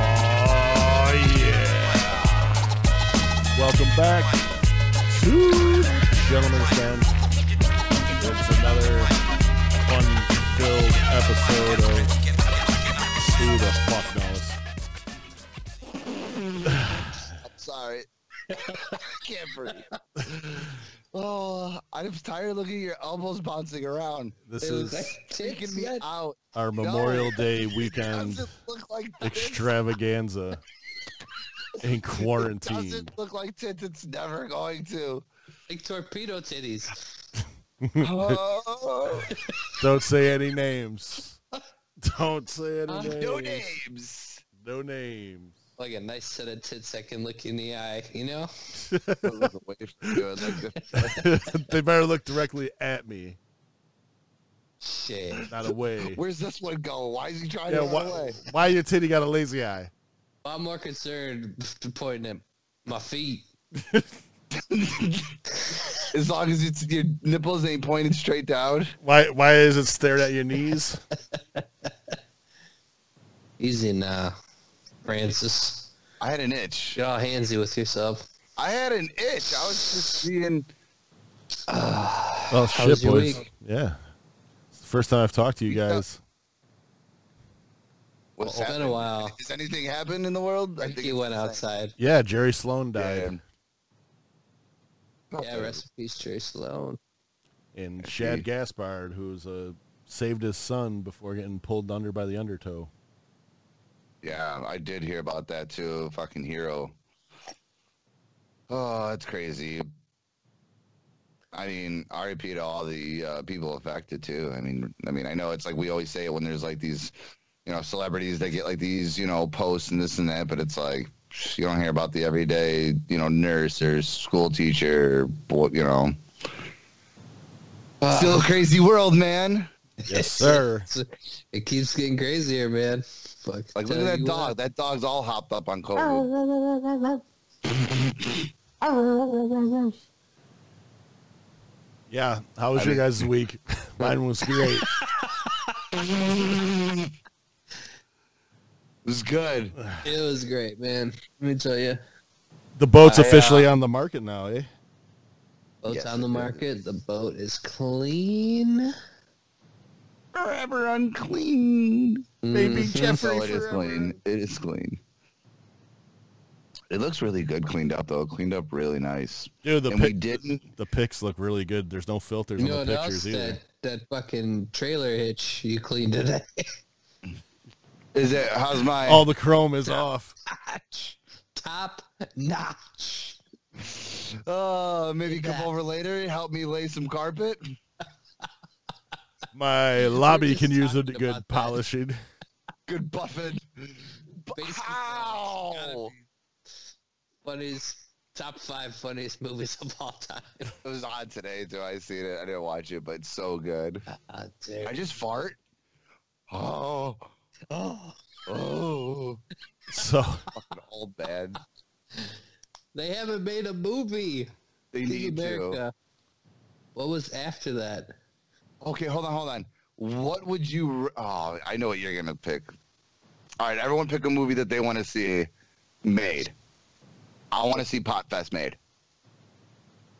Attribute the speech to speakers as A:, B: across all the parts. A: Oh, yeah. Welcome back to Gentlemen's Den. It's another fun-filled episode of Who the Fuck Knows.
B: I'm sorry. I can't breathe. Oh, I'm tired of looking at your elbows bouncing around.
A: This
B: It
A: is
B: was taking me out.
A: our Memorial Day weekend
B: Doesn't look like this.
A: extravaganza in quarantine.
B: Doesn't look like tits. It's never going to.
C: Like torpedo titties.
B: Oh,
A: Don't say any names. Don't say any
C: Uh,
A: names.
B: no names.
A: No names.
C: Like a nice set of tits that can look you in the eye, you know?
A: they better look directly at me,
C: Shit.
A: not away.
B: Where's this one going? Why is he trying
A: Yeah,
B: to run
A: why,
B: away?
A: why your titty got a lazy eye?
C: I'm more concerned to pointing at my feet.
B: As long as it's your nipples ain't pointed straight down.
A: Why why is it staring at your knees?
C: Easy now, uh, Francis.
B: I had an itch.
C: Get all handsy with yourself.
B: I had an itch. I was just being.
A: Oh
C: was your week?
A: Yeah. It's the first time I've talked to you
B: Yeah.
A: guys.
B: What's
C: It's been
B: happening?
C: a while.
B: Has anything happened in the world?
C: I think he went outside.
A: Yeah, Jerry Sloan
B: Yeah.
A: died
C: Yeah, rest in peace, Jerry Sloan.
A: and Shad Gaspard, who's uh, saved his son before getting pulled under by the undertow.
B: Yeah, I did hear about that too. Fucking hero. Oh, that's crazy. I mean, RIP to all the uh, people affected too. I mean, I mean, I know it's like we always say it when there's like these, you know, celebrities that get like these, you know, posts and this and that, but it's like psh, you don't hear about the everyday, you know, nurse or school teacher, boy, you know.
C: Uh,
B: Still a crazy world, man.
A: Yes, sir.
C: It keeps getting crazier, man. Fuck.
B: Like, look
C: tell
B: at that
C: you
B: dog.
C: what.
B: That dog's all hopped up on COVID.
D: That's
A: Yeah. How was
B: I
A: your
B: mean-
A: guys' week? Mine was great.
B: It was good.
C: It was great, man. Let me tell you.
A: The boat's
B: I, uh,
A: officially on the market now, eh?
C: Boat's
B: Yes,
C: on the
B: it is.
C: market. The boat is clean.
B: Forever unclean.
C: Baby
B: So Mm, it is clean. It is clean. It looks really good cleaned up though. Cleaned up really nice.
A: Dude, the
B: and we
A: pic-
B: didn't.
A: the pics look really good. There's no filters
C: You know
A: on
C: what
A: the
C: else?
A: pictures either.
C: That, that fucking trailer hitch you cleaned today.
B: Is it? How's my?
A: All the chrome is off.
C: Notch. Top notch.
B: Oh, maybe come
C: Yeah.
B: over later and help me lay some carpet.
A: My lobby
C: just
A: can use a
C: talking
A: good
C: about that.
A: polishing.
B: Good buffing. Bu-
C: Basically, it's gotta
B: Ow!
C: Funniest, top five funniest movies of all time.
B: It was on today too. I seen it. I didn't watch it, but it's so good.
C: Ah,
B: I
C: dude.
B: just fart. Oh,
C: Oh.
B: oh!
A: So
B: Fucking old man.
C: They haven't made a movie.
B: They
C: Team
B: need to.
C: America. What was after that?
B: Okay, hold on, hold on. What would you? r- Oh, I know what you're gonna pick. All right, everyone pick a movie that they want to see made. I want to see Potfest made.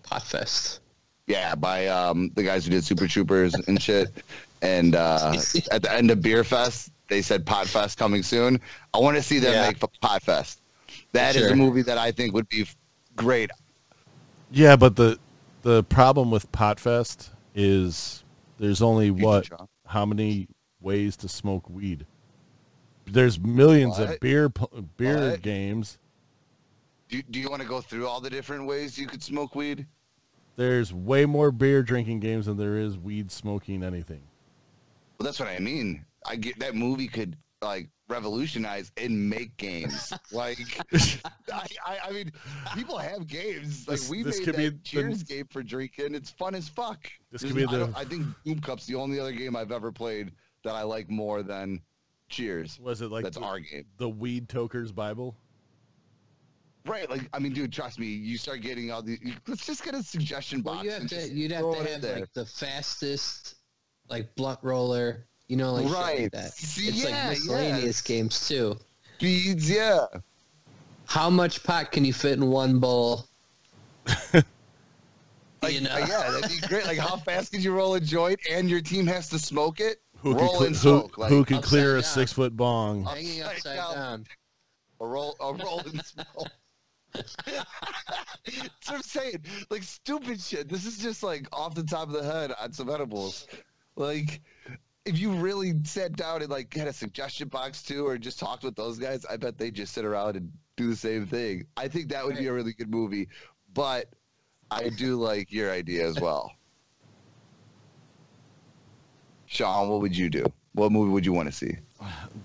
C: Potfest.
B: Yeah, by um, the guys who did Super Troopers and shit. And uh, at the end of Beer Fest, they said Potfest coming soon. I want to see them
C: Yeah.
B: make make Potfest. That is
C: Sure.
B: a movie that I think would be f- great.
A: yeah, but the the problem with Potfest is there's only
B: should
A: what
B: try.
A: how many ways to smoke weed. There's millions of
B: What?
A: beer pu- beer
B: What?
A: games.
B: Do, do you want to go through all the different ways you could smoke weed?
A: There's way more beer drinking games than there is weed smoking anything.
B: Well, that's what I mean. I get that movie could like revolutionize and make games. like, I, I, I mean, people have games. Like
A: This-
B: we
A: this
B: made
A: could
B: that
A: be the-
B: Cheers game for drinking. It's fun as fuck.
A: This
B: There's-
A: could be
B: I,
A: the-
B: don't- I think Doom Cup's the only other game I've ever played that I like more than Cheers.
A: Was it like
B: That's
A: the,
B: our game.
A: the Weed Toker's Bible?
B: Right. Like, I mean, dude, trust me. You start getting all these. Let's just get a suggestion box.
C: Well, you have
B: and
C: to,
B: just
C: you'd have
B: throw
C: to
B: it in
C: have
B: there.
C: like the fastest, like blunt roller. You know, like shit like
B: Right.
C: that.
B: See,
C: It's
B: yeah,
C: like miscellaneous
B: yes.
C: games too.
B: beads. Yeah.
C: How much pot can you fit in one bowl?
B: Like,
C: you know,
B: uh, yeah, that'd be great. Like, how fast could you roll a joint and your team has to smoke it?
A: Who
B: roll
A: could,
B: and
A: cle-
B: smoke.
A: who,
B: like,
A: who could
C: Upside
A: clear a
C: down.
A: six foot bong?
C: hanging
B: upside
C: upside
B: down.
C: down.
B: a roll, a roll and smoke. That's what I'm saying. Like, stupid shit. This is just like off the top of the head on some edibles. Like, if you really sat down and like had a suggestion box too, or just talked with those guys, I bet they just sit around and do the same thing. I think that would be a really good movie, but I do like your idea as well. Sean, what would you do? What movie would you want to see?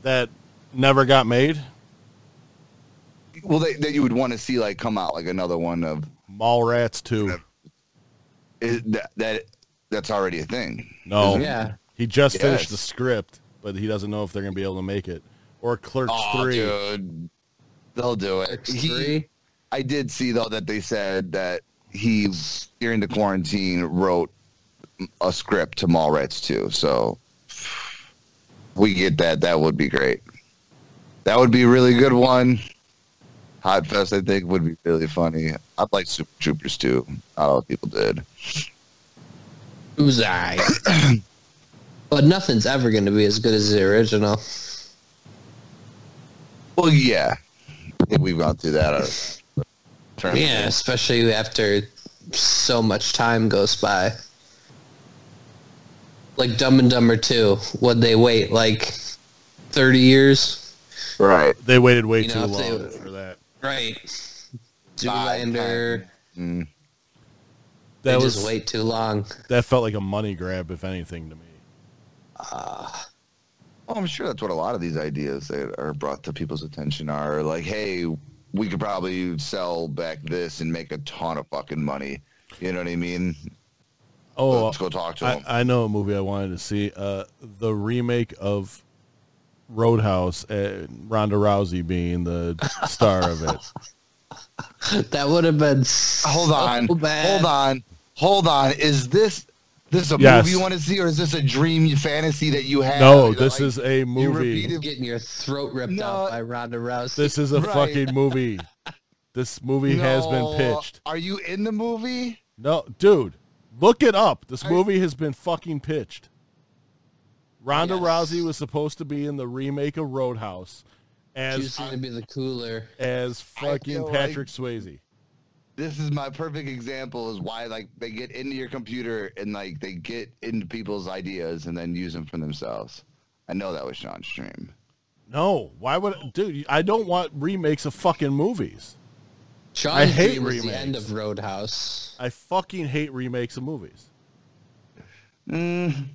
A: That never got made.
B: Well, that, that you would want to see like come out like another one of
A: Mallrats two.
B: is that, that that's already a thing.
A: No,
C: Yeah.
A: he just
B: Yes.
A: finished the script, but he doesn't know if they're gonna be able to make it. Or Clerks
B: Aw,
A: three.
B: dude, they'll do it. He-
C: Three.
B: I did see though that they said that he during the quarantine wrote a script to Mallrats too. So we get that. That would be great. That would be a really good one. Hot Fest, I think, would be really funny. I'd like Super Troopers too. Not a lot of people did.
C: Who's I? but nothing's ever going to be as good as the original.
B: Well, yeah, I think we've gone through that. uh, term.
C: Yeah, especially after so much time goes by. Like Dumb and Dumber 2, would they wait like 30 years?
B: right.
A: They waited way
C: You
A: too
C: know, if they
A: long
C: would-
A: for that.
C: Right. Zoolander,
B: Mm.
C: they
A: That was
C: just wait too long.
A: that felt like a money grab, if anything, to me.
B: Well, I'm sure that's what a lot of these ideas that are brought to people's attention are like, hey, we could probably sell back this and make a ton of fucking money. You know what I mean?
A: Oh,
B: Let's go talk to
A: I,
B: them.
A: I know a movie I wanted to see. Uh, the remake of Roadhouse, uh, Ronda Rousey being the star of it.
C: That would have been so
B: Hold on.
C: bad.
B: Hold on. Hold on. Is this this a
A: Yes.
B: movie you want to see or is this a dream fantasy that you have?
A: No,
B: You're
A: this
B: like,
A: is a movie.
B: repeated-
C: Getting your throat ripped
B: No.
C: out by Ronda Rousey.
A: This is a
B: Right.
A: fucking movie. This movie has been
B: no,
A: pitched.
B: Are you in the movie?
A: No, dude, look it up. This
B: I-
A: movie has been fucking pitched. Ronda
C: Yes.
A: Rousey was supposed to be in the remake of Roadhouse
C: She's
A: as
C: going to be the cooler.
A: as
B: feel
A: fucking
B: like-
A: Patrick Swayze.
B: this is my perfect example is why like they get into your computer and like they get into people's ideas and then use them for themselves. I know that was Sean's stream.
A: No, why would dude? I don't want remakes of fucking movies.
C: Sean's
A: I hate
C: dream was the end
A: remakes.
C: of Roadhouse.
A: I fucking hate remakes of movies.
B: Mm,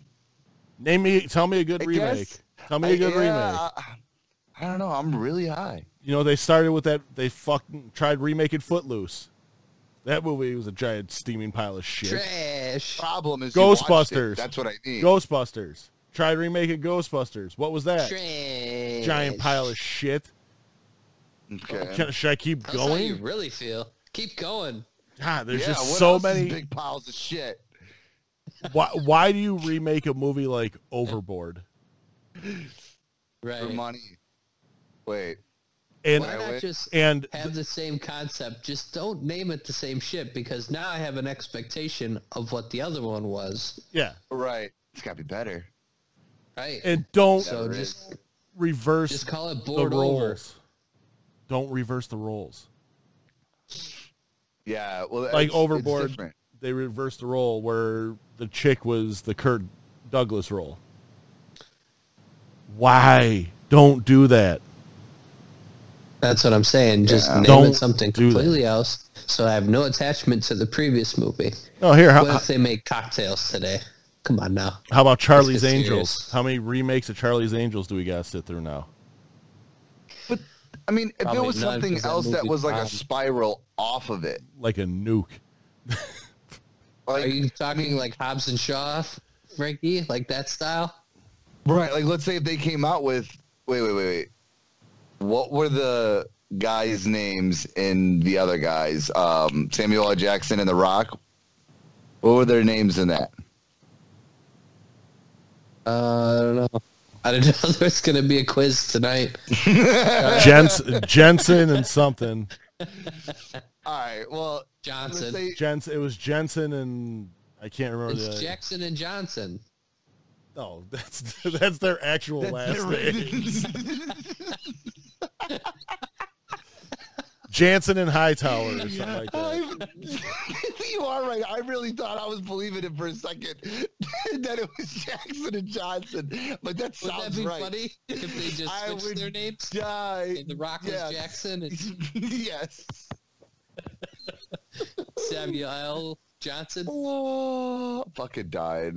A: Name me, tell me a good
B: I
A: remake.
B: guess-
A: Tell me a good
B: I- yeah,
A: remake.
B: I, I don't know. I'm really high.
A: You know they started with that. They fucking tried remaking Footloose. That movie was a giant steaming pile of shit.
C: Trash.
B: Problem is you watched it.
A: Ghostbusters.
B: That's what I mean.
A: Ghostbusters. Tried remaking Ghostbusters. What was that?
C: Trash.
A: Giant pile of shit.
B: Okay.
A: Can- should I keep
C: That's how you
A: going?
C: really feel. Keep going.
A: God, there's
B: Yeah,
A: just
B: what
A: so
B: else is
A: many.
B: big piles of shit.
A: Why, why do you remake a movie like Overboard?
B: for
C: Right. Why
B: money. Wait.
A: And
C: not just
A: and
C: have the same concept? Just don't name it the same shit because now I have an expectation of what the other one was.
A: yeah,
B: Right. It's got to be better.
C: Right.
A: and don't
C: so
B: Never
C: just
A: reverse
C: just call it
A: the
C: board
A: roles.
C: over.
A: Don't reverse the roles.
B: Yeah. Well, it's-
A: Like
B: it's
A: Overboard,
B: different.
A: they reversed the role where the chick was the Kurt Douglas role. Why? Don't do that.
C: That's what I'm saying. Just
B: Yeah.
C: name
A: Don't
C: it something
A: do that.
C: completely else, so I have no attachment to the previous movie.
A: Oh, here, how,
C: What if they make cocktails today? Come on now.
A: how about Charlie's
C: Let's get
A: Angels?
C: serious.
A: How many remakes of Charlie's Angels do we got to sit through now?
B: I mean, if it
C: Probably
B: was
C: none,
B: something
C: 'cause that
B: else that
C: movie's
B: was like a
C: bomb.
B: spiral off of it.
A: Like a nuke.
B: Like,
C: Are you talking like Hobbs and Shaw, Frankie? Like that style?
B: Right. Like, let's say if they came out with Wait, wait, wait, wait. What were the guys' names in the other guys? Um, Samuel L. Jackson and The Rock. What were their names in that?
C: Uh, I don't know. I don't know. There's going to be a quiz tonight.
A: Jens, Jensen and something.
B: All right. Well, I'm gonna
C: Johnson.
B: say-
A: Jens, it was Jensen and I can't remember the
C: It's Jackson and Johnson.
A: No, that's that's their actual last name. Jansen and Hightower or something like that.
B: you are right. I really thought I was believing it for a second that it was Jackson and Johnson, but that
C: Wouldn't
B: sounds
C: that be
B: right.
C: funny if they just
B: I
C: switched
B: would-
C: their names?
B: Die.
C: And the Rock was
B: yes.
C: Jackson and
B: yes.
C: Samuel L. Johnson.
B: Oh, fucking died.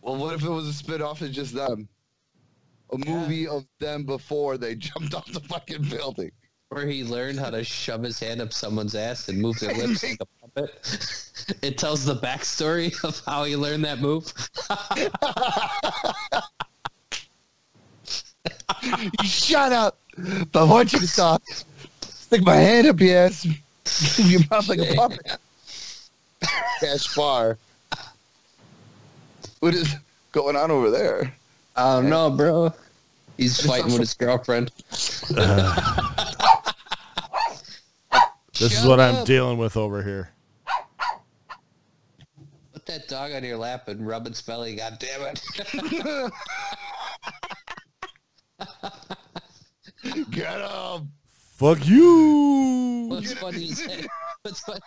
B: Well, what if it was a spinoff of just them? A movie of them before they jumped off the fucking building.
C: Where he learned how to shove his hand up someone's ass and move their lips like a puppet. It tells the backstory of how he learned that move.
B: Shut up! But I want you to stop. Stick my hand up your ass. Move your mouth like a puppet. Gaspar. What is going on over there?
C: I don't know, bro. He's fighting with his girlfriend.
A: This is
C: Shut
A: what I'm
C: up.
A: dealing with over here.
C: Put that dog on your lap and rub its belly, God damn it!
B: Get up!
A: Fuck you.
C: What's funny is that- what's funny,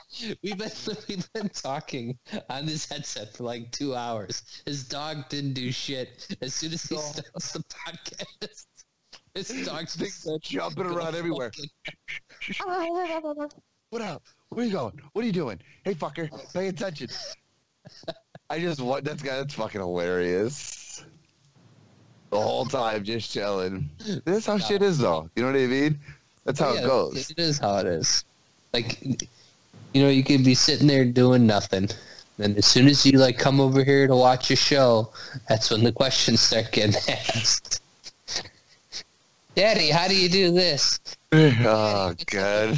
C: we've been we've been talking on this headset for like two hours. His dog didn't do shit. As soon as he
B: Oh.
C: starts the podcast, his dog's
B: Things
C: just like,
B: jumping
C: "Go
B: around everywhere."
C: fucking-
B: What up? Where you going? What are you doing? Hey, fucker! Pay attention. I just want that's guy. That's fucking hilarious. The whole time, just chilling. That's how shit is, though. You know what I mean? That's how
C: Yeah,
B: it goes.
C: It is how it is. Like, you know, you could be sitting there doing nothing. And as soon as you like come over here to watch a show, that's when the questions start getting asked. Daddy, how do you do this?
B: oh god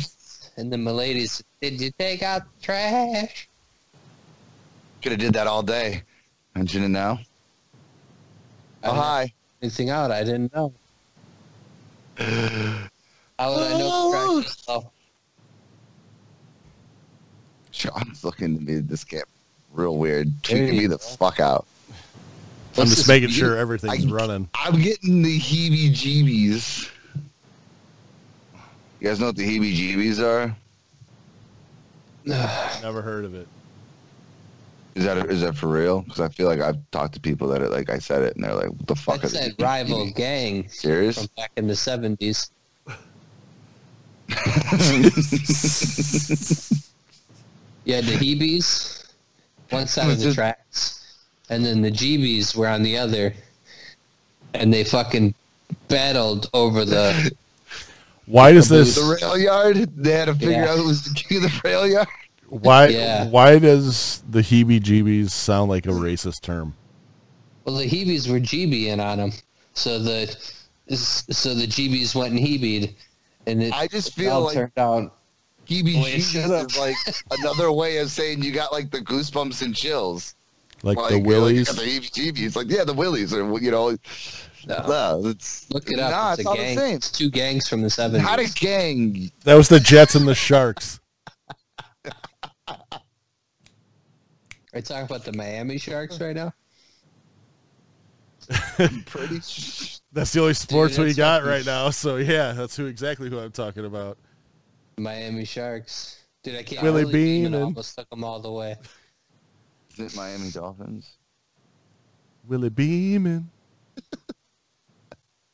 C: And then my ladies, did you take out the trash?
B: could have did that all day mention it now oh hi
C: Anything out? I didn't know. How would I know?
B: Oh,
C: to trash myself?
B: sean's looking at me this get real weird
C: There
B: tweaking
C: you
B: me the
C: go.
B: fuck out
A: I'm
B: This
A: just
B: is
A: making
B: you-
A: sure everything's
B: I-
A: running.
B: i'm getting the heebie jeebies you guys know what the heebie jeebies are
A: Never heard of it.
B: is that is that for real because i feel like i've talked to people that are like i said it and they're like what the fuck
C: That's
B: are the
C: that rival
B: heebie-jeebies?
C: gang
B: serious
C: from back in the seventies. Yeah, the heebies, one side of the
B: Just-
C: tracks, and then the GBs were on the other, and they fucking battled over the.
A: Why does
B: the
A: this
B: rail yard they had to figure
C: Yeah.
B: out who was the king of the rail yard
A: why
C: Yeah.
A: why does the heebie-jeebies sound like a racist term?
C: Well, the heebies were GBing on them, so the so the GBs went and heebied, and it
B: i just
C: it
B: feel
C: all
B: like
C: turned out. Boy, shut
B: heebie-jeebies
C: up.
B: is like another way of saying you got like the goosebumps and chills.
A: Like,
B: Like,
A: the
B: you're like,
A: willies?
B: I got the heebie-jeebies. Like, yeah, the willies are, you know,
C: No.
B: no, it's,
C: Look it up.
B: Nah,
C: it's,
B: it's,
C: a
B: all
C: gang.
B: the same.
C: It's two gangs from the seventies.
B: Not a gang.
A: that was the Jets and the Sharks.
C: Are you talking about the Miami Sharks right now?
B: Pretty.
A: That's the only sports we
C: that's
A: got right now. So yeah, that's who exactly who I'm talking about.
C: Miami Sharks. Dude, I can't.
A: Willie
C: believe you
A: Beam
C: even
A: and-
C: almost took them all the way.
B: Is it Miami Dolphins?
A: Willie Beeman.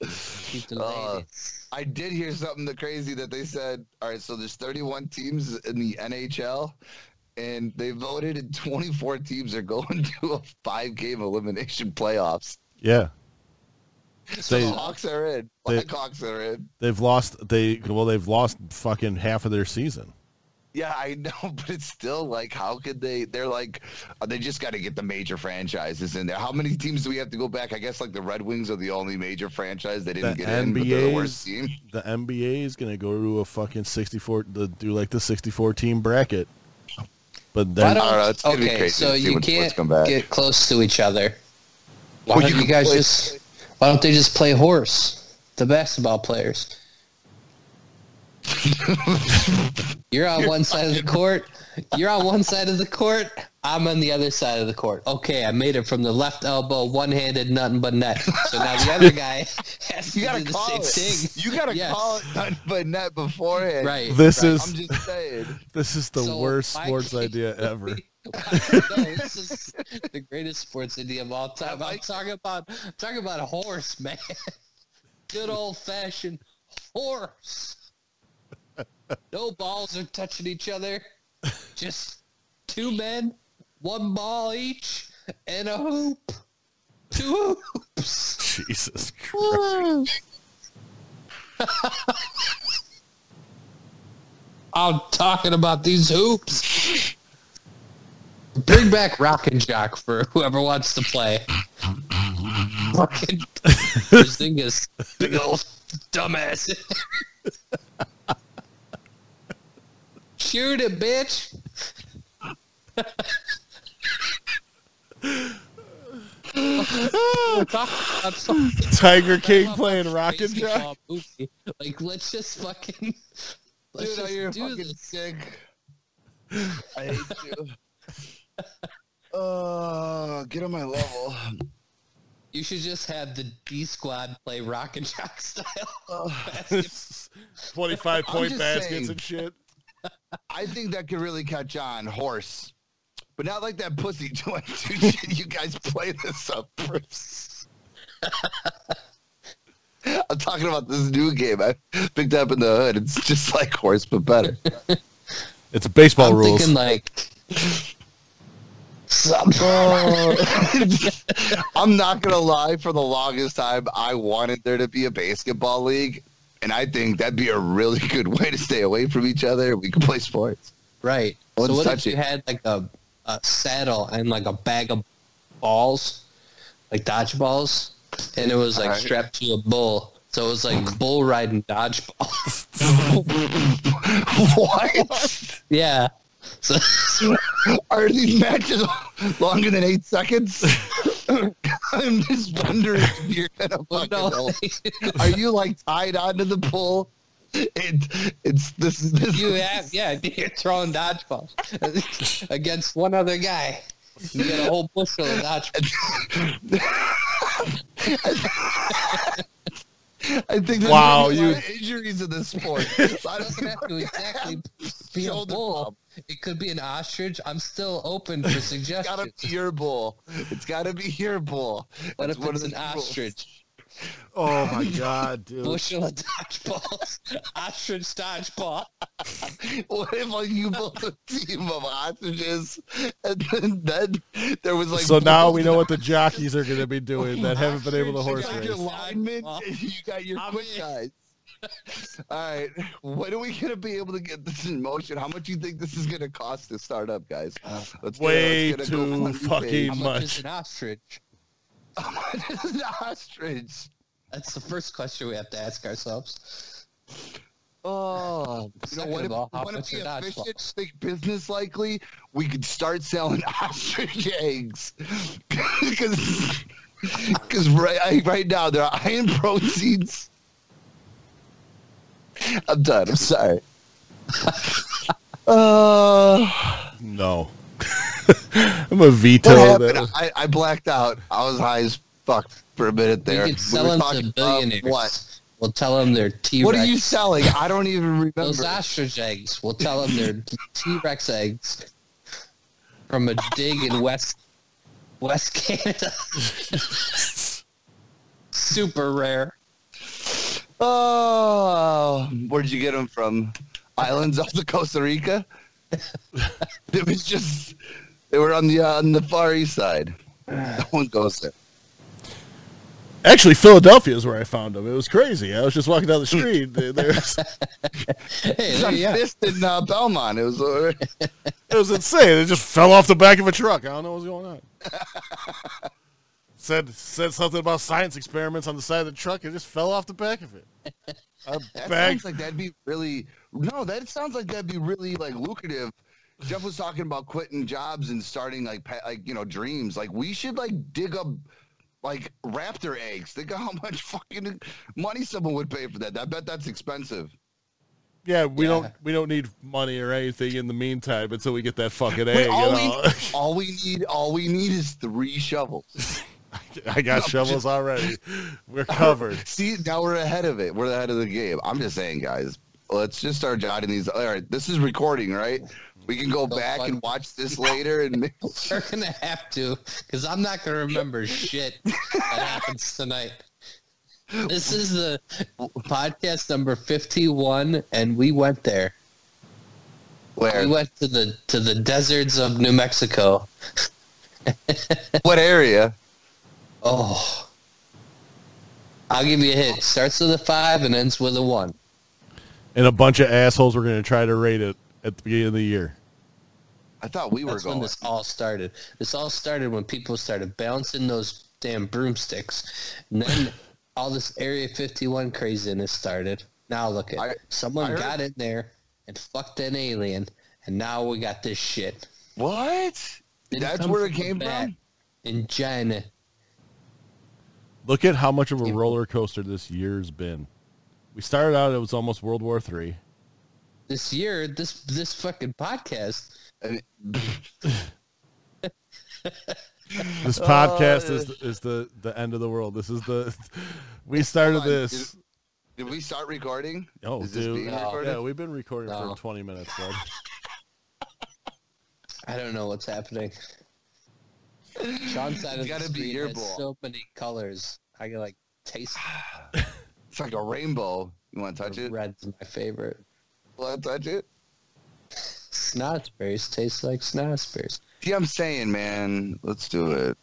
C: Keep the
B: Uh,
C: ladies.
B: I did hear something that crazy that they said. All right, so there's 31 teams in the NHL, and they voted, and 24 teams are going to a five-game elimination playoffs.
A: Yeah.
B: So
A: They
B: the Hawks are in.
A: they-
B: Blackhawks are in.
A: they've lost they well they've lost fucking half of their season.
B: Yeah, I know, but it's still like, how could they? They're like, uh, they just got to get the major franchises in there. How many teams do we have to go back? I guess like the Red Wings are the only major franchise they didn't
A: The
B: get in, but they're the worst
A: NBA's
B: team.
A: The NBA is gonna go to a fucking sixty-four. The, do like the sixty-four team bracket, but
B: I
A: then
B: don't know. It's gonna be
C: Okay,
B: crazy
C: so
B: to see
C: you
B: when sports
C: can't
B: come back.
C: get close to each other. Why
B: Well,
C: don't
B: you
C: you,
B: can
C: guys
B: play-
C: just? Why don't they just play horse? The basketball players. You're on one side of the court. You're on one side of the court. I'm on the other side of the court. Okay, I made it from the left elbow, one-handed, nothing but net. So now the other guy has to
B: you gotta
C: do the
B: call
C: same
B: it.
C: thing.
B: You gotta
C: Yes.
B: call it done, but not beforehand.
C: Right.
A: this
C: right.
B: I'm
A: is
B: just saying.
A: this is the
C: So
A: worst
C: why
A: sports
C: can't
A: idea ever.
C: no, this is the greatest sports idea of all time. I'm
B: Like-
C: talking about I'm talking about a horse, man. Good old fashioned horse. No balls are touching each other. Just two men, one ball each, and a hoop. Two hoops.
A: Jesus Christ.
C: I'm talking about these hoops. Bring back Rock and Jock for whoever wants to play. Fucking Porzingis, big old dumbass. Shoot it, bitch. We're talking about fucking
A: Tiger King playing Rock and
C: baseball
A: Jock.
C: movie. Like, let's just fucking let's
B: Dude, are
C: just
B: you
C: do
B: fucking
C: this.
B: sick? I hate you. Uh, get on my level.
C: You should just have the D squad play rock and jock style.
B: Uh,
A: Twenty-five point
B: just
A: baskets
B: saying.
A: and shit.
B: I think that could really catch on, horse. But not like that pussy joint, dude. Should you guys play this up first? I'm talking about this new game I picked up in the hood. It's just like horse, but better.
A: It's baseball
C: I'm
A: rules.
C: thinking like
B: Oh. I'm not gonna lie. For the longest time, I wanted there to be a basketball league, and I think that'd be a really good way to stay away from each other. We could play sports.
C: right. So
B: Wouldn't
C: what if
B: touch
C: you
B: it.
C: had like a, a saddle and like a bag of balls, like dodgeballs, and it was like
B: Alright.
C: strapped to a bull. So it was like bull riding dodgeballs.
B: what?
C: yeah. So
B: Are these matches longer than eight seconds? I'm just wondering if you're gonna fucking.
C: no,
B: Are you like tied onto the pole? It, it's this. this
C: you have yeah, you're throwing dodgeballs against one other guy. You get a whole bushel of dodgeballs.
B: I think there's
A: Wow,
B: wow, you
A: you-
B: injuries in this sport. I don't
C: doesn't have to exactly be a
B: Shoulder
C: bull. It could be an ostrich. I'm still open for
B: It's gotta
C: suggestions.
B: be your bull. It's gotta be your bull.
C: What
B: That's
C: if
B: one of
C: it's an
B: the rules.
C: ostrich?
A: oh my god, dude!
C: Bushel of dodgeballs. ostrich dodgeball.
B: What if like, you built a team of ostriches and then, then there was like
A: so now we know what the jockeys are going to be doing that haven't been able to
B: you
A: horse
B: got
A: race.
B: your linemen and you got your
C: I'm
B: quick
C: in.
B: guys. All right, when are we gonna be able to get this in motion? How much do you think this is gonna cost to start up, guys?
C: Uh,
B: Let's
A: Way
B: get, let's get a
A: too
B: GoFundMe
A: fucking-
C: How
B: page.
C: much
A: Much.
C: is an ostrich?
B: an ostrich.
C: That's the first question we have to ask ourselves.
B: Oh, you know
C: Second
B: what?
C: of
B: If,
C: all, how
B: what if
C: much
B: we
C: are dodgeballs?
B: efficient, think business likely, we could start selling ostrich eggs because because right right now they're high in proceeds. I'm done. I'm sorry. uh,
A: No, I'm a
B: what
A: veto
B: happened?
A: that.
B: I, I blacked out. I was high as fuck for a minute
C: We
B: there.
C: could
B: were
C: sell them
B: talking
C: to
B: about
C: billionaires.
B: What?
C: We'll tell them they're T
B: What are
C: Rex.
B: you selling? I don't even remember.
C: Those ostrich eggs. We'll tell them they're T Rex eggs from a dig in West West Canada. Super rare.
B: Oh, where'd you get them from? Islands off the Costa Rica. it was just they were on the uh, on the far east side. No one goes there.
A: Actually, Philadelphia is where I found him. It was crazy. I was just walking down the street. There- There's,
C: Hey,
B: He's
C: there
B: on
C: you are.
B: Fist in uh, Belmont. It was uh,
A: it was insane. It just fell off the back of a truck. I don't know what's going on. said said something about science experiments on the side of the truck. It just fell off the back of it. I
B: that
A: bagged.
B: sounds like that'd be really no. That sounds like that'd be really like lucrative. Jeff was talking about quitting jobs and starting like pa- like you know dreams. Like we should like dig up like raptor eggs. Think of how much fucking money someone would pay for that. I bet that's expensive.
A: Yeah, we
C: Yeah.
A: don't we don't need money or anything in the meantime until we get that fucking
B: But
A: egg.
B: all,
A: you know?
B: we, all we need, all we need is three shovels.
A: I got shovels already. We're covered.
B: See, now we're ahead of it. We're ahead of the game. I'm just saying, guys. Let's just start jotting these. All right, this is recording, right? We can go
C: So
B: back
C: fun.
B: and watch this later and make
C: You're gonna have to, because I'm not gonna remember shit that happens tonight. This is the podcast number fifty-one, and we went there. We
B: where
C: went to the to the deserts of New Mexico.
B: what area?
C: Oh, I'll give you a hint. Starts with a five and ends with a one.
A: And a bunch of assholes were going to try to rate it at the beginning of the year.
B: I thought we were
C: That's when
B: going.
C: this all started. This all started when people started bouncing those damn broomsticks, and then all this Area 51 craziness started. Now look at
B: I-
C: someone
B: I heard-
C: got in there and fucked an alien, and now we got this shit.
B: What?
C: Didn't
B: That's
C: come
B: where it
C: from the
B: came
C: bat.
B: from.
C: In China,
A: Look at how much of a roller coaster this year's been. We started out; it was almost World War Three.
C: this year, this this fucking podcast.
B: And-
A: This
B: Oh,
A: podcast is is the the end of the world. This is the we started
B: Hold on,
A: this.
B: Did, did we start recording?
A: Oh,
B: is this
A: dude.
B: being
C: No.
B: recorded?
A: Yeah, we've been recording
C: No.
A: for twenty minutes, bud.
C: I don't know what's happening. Sean's side
B: It's
C: of the
B: gotta be
C: screen
B: your Ah,
C: has
B: ball.
C: so many colors. I can like taste
B: It's like a rainbow. You want to touch it?
C: red's my favorite.
B: Want to touch it?
C: Snozzberries taste like snozzberries.
B: See, I'm saying, man. Let's do it.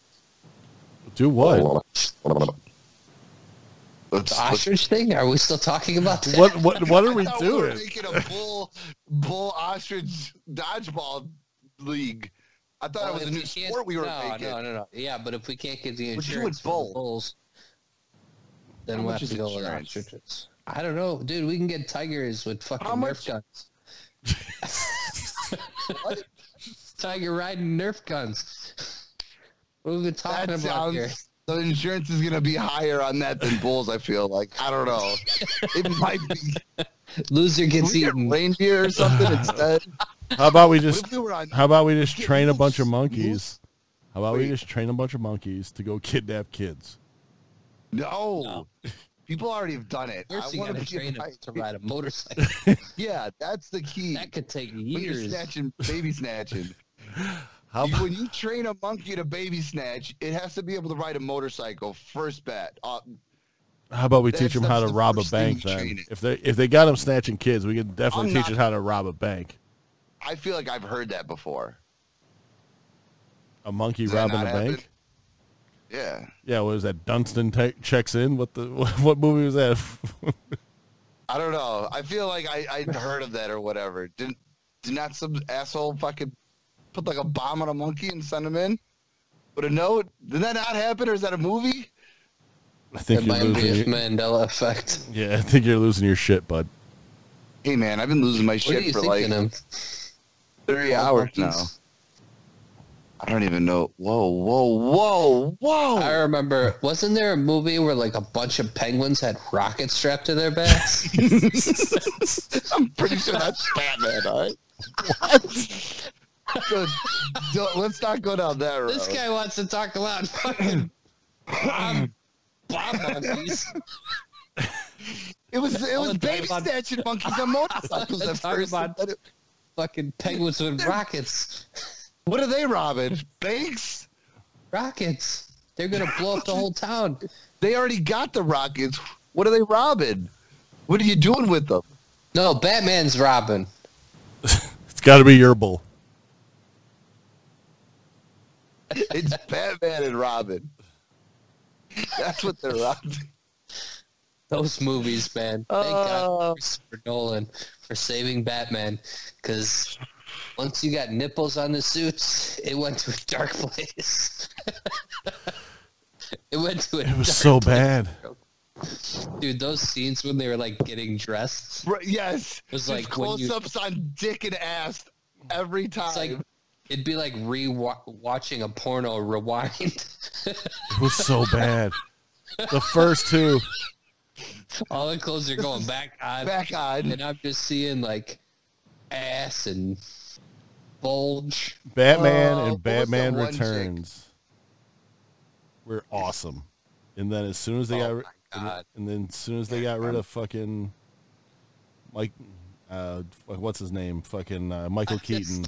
A: Do what?
B: Let's, let's,
C: The ostrich thing? Are we still talking about that?
A: What what what are we
B: I thought were
A: doing?
B: making a bull, bull ostrich dodgeball league. I thought it was
C: If
B: a new
C: we can't-
B: sport we were
C: no,
B: making.
C: No, no, no. Yeah, but if we can't get the
B: We're doing
C: insurance for
B: both.
C: the bulls, then
B: How
C: we'll
B: much is
C: have to go
B: insurance?
C: with ostriches. I don't know, dude. We can get tigers with fucking
B: How much-
C: Nerf guns. Tiger riding Nerf guns. What have we been talking
B: That
C: about
B: sounds-
C: here?
B: The insurance is going to be higher on that than bulls. I feel like I don't know. It might be
C: Loser
B: Can
C: gets
B: we get
C: eaten.
B: reindeer or something instead.
A: How about we
B: What
A: just
B: if we were on?
A: how about we just
B: Get
A: train a
B: moose,
A: bunch of
B: moose.
A: monkeys? How about we
B: Wait.
A: just train a bunch of monkeys to go kidnap kids?
B: No. People already have done it.
C: First,
B: I
C: you
B: want
C: gotta
B: to
C: train
B: train
C: him to ride a motorcycle.
B: Yeah, that's the key.
C: that could take
B: When you're
C: years.
B: snatching, baby snatching.
A: How
B: You- when you train a monkey to baby snatch, it has to be able to ride a motorcycle first bet. Uh,
A: How about we
B: That's-
A: teach them
B: that's
A: how to
B: the
A: rob a
B: first thing
A: bank
B: you
A: then?
B: train it.
A: If they if they got them snatching kids, we can definitely
B: I'm
A: teach
B: not-
A: it how to rob a bank.
B: I feel like I've heard that before.
A: A monkey
B: Does that
A: robbing a
B: not
A: bank.
B: happen? Yeah.
A: Yeah, what is that? Dunstan te- checks in. What the what, what movie was that?
B: I don't know. I feel like I, I'd heard of that or whatever. Didn't did not some asshole fucking put like a bomb on a monkey and send him in? With a note? Did that not happen or is that a movie?
A: I think
C: That
A: you're
C: might be a
A: losing. Your,
C: Mandela effect.
A: yeah, I think you're losing your shit, bud.
B: Hey man, I've been losing my
C: What are
B: shit
C: you
B: for
C: thinking
B: like
C: of?
B: three hours now. I don't even know. Whoa, whoa, whoa,
C: I
B: whoa.
C: remember. Wasn't there a movie where like a bunch of penguins had rockets strapped to their backs?
B: I'm pretty sure that's Batman, all right? What? Good. Don't- let's not go down that road.
C: this guy wants to talk about fucking bomb, bomb monkeys.
B: it was it was
C: wanna talk
B: baby
C: about-
B: snatching monkeys on motorcycles
C: I wanna
B: at
C: talk
B: first.
C: about- fucking penguins with rockets.
B: What are they robbing? Banks?
C: Rockets. They're gonna blow up the whole town.
B: They already got the rockets. What are they robbing? What are you doing with them?
C: No, Batman's robbing.
A: It's got to be your bull.
B: It's Batman and Robin. That's what they're up. to.
C: Those movies, man. Thank
D: Oh.
C: God, Christopher Nolan, for saving Batman, because once you got nipples on the suits, it went to a dark place. it went to a
A: It
C: dark
A: was so bad.
C: dude. Those scenes when they were like getting dressed,
B: Right, yes. Just
C: It's like when you-
B: close-ups on dick and ass every time.
C: it's like it'd be like re-watching a porno rewind.
A: It was so bad. The first two.
C: All the clothes are going back on.
B: Back on.
C: and I'm just seeing like ass and bulge.
A: Batman
B: Oh, what was
A: and Batman
B: the one chick?
A: Returns were awesome. And then as soon as they
C: Oh
A: got ri-
C: my
A: and-
C: God.
A: and then as soon as they got rid of fucking Mike uh fuck, what's his name? Fucking uh, Michael Keaton.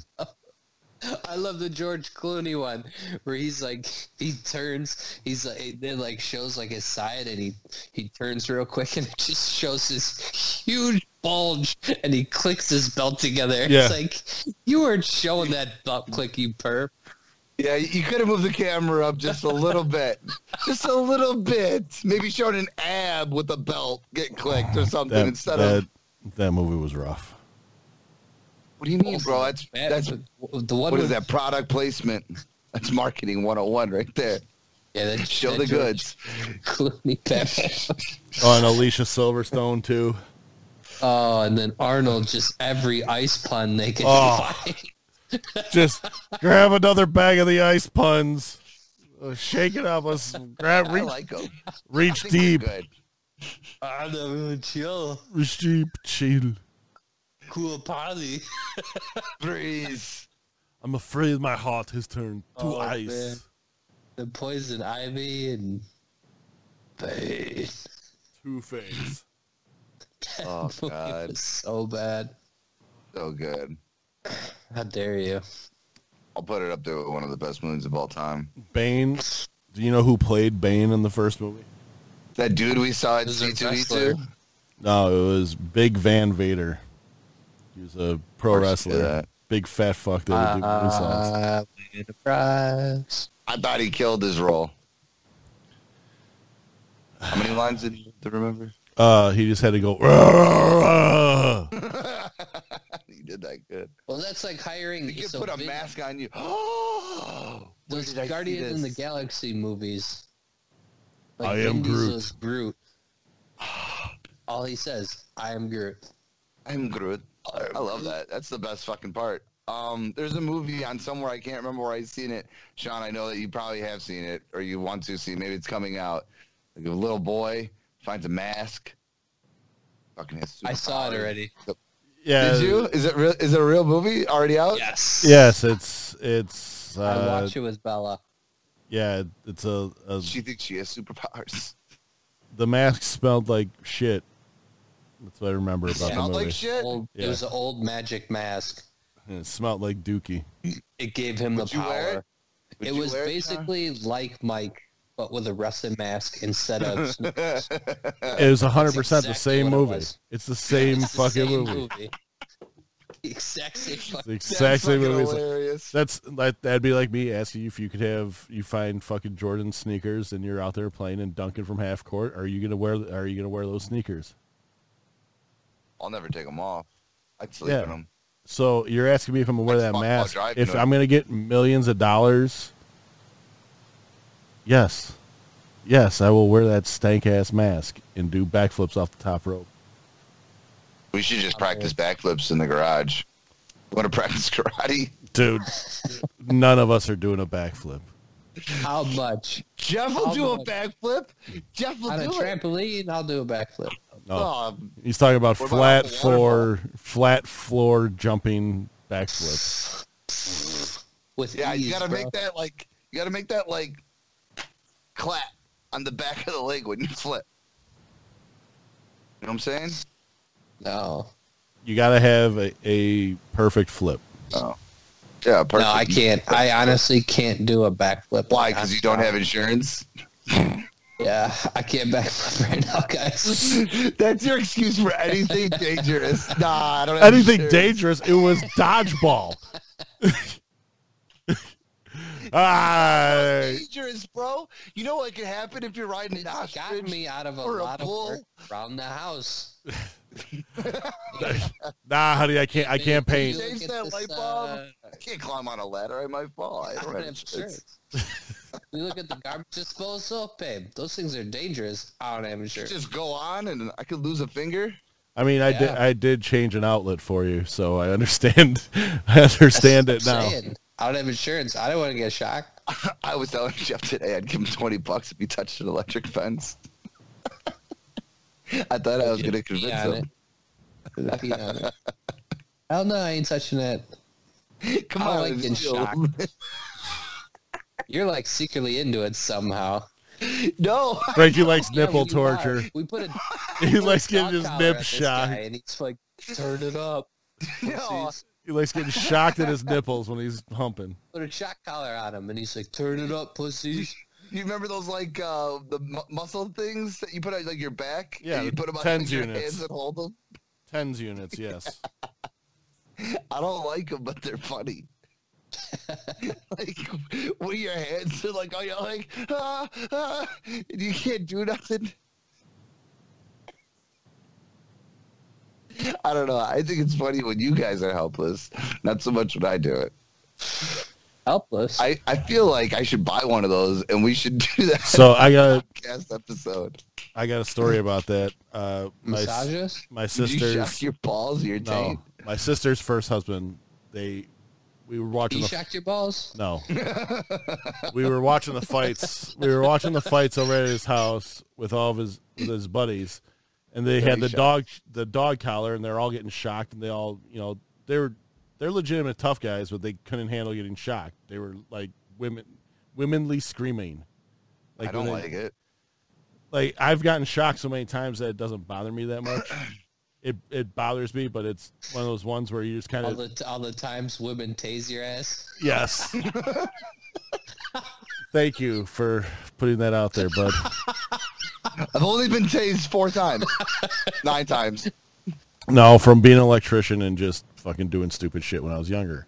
C: I love the George Clooney one where he's like he turns, he's like it then like shows like his side and he he turns real quick and it just shows this huge bulge and he clicks his belt together.
A: Yeah.
C: It's like you weren't showing that belt click, you perp.
B: Yeah, you could have moved the camera up just a little bit. Just a little bit. Maybe showing an ab with a belt get clicked or something
A: That,
B: instead
A: that,
B: of
A: that movie was rough.
B: What do you mean, bro? That's
C: That-
B: that's
C: the one
B: what is
C: with-
B: that? Product placement. That's marketing 101 right there.
C: Yeah, that,
B: Show
C: that
B: the
C: George
B: goods.
C: Clooney Batman.
A: Oh, and Alicia Silverstone too.
C: Oh, and then Arnold just every ice pun they could
A: Oh.
C: find.
A: Just grab another bag of the ice puns. uh, Shake it up. Let's grab
B: I
A: reach,
B: like 'em.
A: reach
B: I think they're
A: deep.
B: good.
C: I'm the chill,
A: Reach deep. Chill.
C: cool party.
B: Freeze.
A: I'm afraid my heart has turned to
C: Oh,
A: ice.
C: man. The poison ivy and pain.
A: Two face.
B: Oh
C: It
B: god,
C: was so bad.
B: so good.
C: How dare you?
B: I'll put it up there with one of the best movies of all time.
A: Bane. Do you know who played Bane in the first movie?
B: That dude we saw at E
C: This is a
B: C2E2.
C: wrestler.
A: No, it was Big Van Vader. He was a pro
B: Of course you do
A: wrestler.
B: that. Uh,
A: Big fat fuck that would do moon songs.
C: I win a prize.
B: I thought he killed his role. How many lines did you have to remember?
A: Uh, he just had to go. "Rah, rah, rah."
B: He did that good.
C: Well, that's like hiring.
B: He could
C: so
B: put a
C: Vin-
B: mask on you. Oh, where
C: Those
B: did I see
C: Guardians in the
B: this?
C: Galaxy movies.
A: I am
C: Vin
A: Groot.
C: Diesel's Groot. All he says, "I am Groot."
B: I'm Groot. I love that. That's the best fucking part. Um, there's a movie on somewhere I can't remember where I've seen it. Sean, I know that you probably have seen it or you want to see. Maybe it's coming out. Like a little boy finds a mask. Fucking has
C: I saw it
B: superpowers.
C: already.
A: Yeah.
B: Did you? Is it real? Is it a real movie already out?
C: Yes.
A: Yes, it's it's.
C: I
A: Uh,
C: watched it with Bella.
A: yeah, it's a, a
B: She thinks she has superpowers.
A: the mask smelled like shit. That's what I remember about the
B: Smelled
A: movie.
B: like shit.
C: Old,
A: Yeah.
C: It was an old magic mask.
A: And it smelled like Dookie.
C: It gave him
B: Would
C: the
B: you
C: power.
B: wear
C: it
B: it? Would you
C: was
B: wear it, Sean?
C: basically like Mike, but with a wrestling mask instead of.
B: Uh,
A: It was 100%
C: exactly
A: the same
C: what it
A: movie.
C: was.
A: It's the same
C: It's the
A: fucking
C: same
A: movie.
C: The exact same
A: The
C: fucking.
A: exact same
B: fucking
A: movie. It's like-
B: hilarious.
A: That's like that'd be like me asking you if you could have you find fucking Jordan sneakers and you're out there playing and dunking from half court. Are you gonna wear Are you gonna wear those sneakers?
B: I'll never take them off. I'd sleep
A: Yeah.
B: in them.
A: So you're asking me if I'm gonna wear
B: Like
A: that
B: fuck while
A: mask?
B: driving
A: If
B: though.
A: I'm gonna get millions of dollars, yes, yes, I will wear that stank ass mask and do backflips off the top rope.
B: We should just practice backflips in the garage. Want to practice karate?
A: Dude, none of us are doing a backflip.
C: How much?
B: Jeff will
C: I'll
B: do a
C: do it.
B: backflip. Jeff will
C: On a
B: do it.
C: trampoline, I'll do a backflip.
A: No.
B: Oh,
A: He's talking about
B: What about
A: flat
B: off the
A: floor, flat floor jumping backflip.
C: With
B: yeah,
C: ease,
B: you gotta
C: bro.
B: make that like you gotta make that like clap on the back of the leg when you flip. You know what I'm saying?
C: No,
A: You gotta have a, a perfect flip.
B: Oh, yeah. Perfect.
C: no, I can't. I honestly can't do a backflip.
B: Why? Because you don't have insurance.
C: Yeah, I can't backflip right now, guys.
B: That's your excuse for anything dangerous. Nah, I don't. Have
A: Anything
B: insurance.
A: dangerous? It was dodgeball. Ah,
B: dangerous, bro. You know what could happen if you're riding an
C: It's
B: ostrich?
C: gotten me out of a
B: or a
C: lot of
B: bull.
C: work around the house.
A: nah, honey, I can't. I can't
B: you
A: paint.
B: Change
C: Look at
B: that
C: this,
B: light
C: uh,
B: I can't climb on a ladder. I might fall. I
C: I
B: don't
C: don't
B: have
C: have
B: shirts.
C: shirts. we look at the garbage disposal, babe. Those things are dangerous. I don't have a shirt.
B: Just go on, and I could lose a finger.
A: I mean, I did.
C: Yeah.
A: I did change an outlet for you, so I understand. I understand it
C: That's what
A: now.
C: I'm saying. I don't have insurance. I don't want to get shocked.
B: I was telling Jeff today I'd give him twenty bucks if he touched an electric fence. I thought I was going to convince
C: Yeah,
B: him.
C: I mean, uh, Hell no, I ain't touching that.
B: Come
C: I
B: on,
C: like getting
B: chill.
C: shocked. You're like secretly into it somehow.
B: no,
A: Frankie likes
C: Yeah,
A: nipple
C: we are.
A: torture.
C: We put a
A: He likes getting
C: dog
A: his
C: collar
A: nip
C: at this
A: shocked.
C: guy, and he's like, turn it up.
B: no.
C: Pussies.
A: He likes getting shocked at his nipples when he's humping.
C: Put a shock collar on him, and he's like, turn it up, pussies.
B: You remember those like uh, the mu- muscle things that you put on like your back?
A: Yeah,
B: and you
A: the
B: put them on
A: tens
B: like, your
A: units.
B: hands and hold them.
A: Tens units, yes.
B: I don't like them, but they're funny. like when your hands are like, oh, you're like, ah, ah, and you can't do nothing. I don't know. I think it's funny when you guys are helpless. Not so much when I do it.
C: Helpless.
B: I, I feel like I should buy one of those, and we should do that
A: So I got
B: podcast episode.
A: I got a story about that. Uh, my
C: Massages?
A: my
B: Did you shock
A: sister's
B: your balls or your taint?
A: no, my sister's first husband. They we were watching
C: You
A: the
C: shocked your balls?
A: No. we were watching the fights. We were watching the fights over at his house with all of his with his buddies, and they had the dog the dog collar, and they're all getting shocked, and they all you know they were they're legitimate tough guys, but they couldn't handle getting shocked. They were like women, womenly screaming.
B: I
A: when
B: don't
A: they-
B: like it.
A: like I've gotten shocked so many times that it doesn't bother me that much. It, it bothers me, but it's one of those ones where you just kind
C: All
A: of
C: the all the times women tase your ass.
A: Yes. Thank you for putting that out there, bud.
B: I've only been tased four times, nine times.
A: No, from being an electrician and just fucking doing stupid shit when I was younger.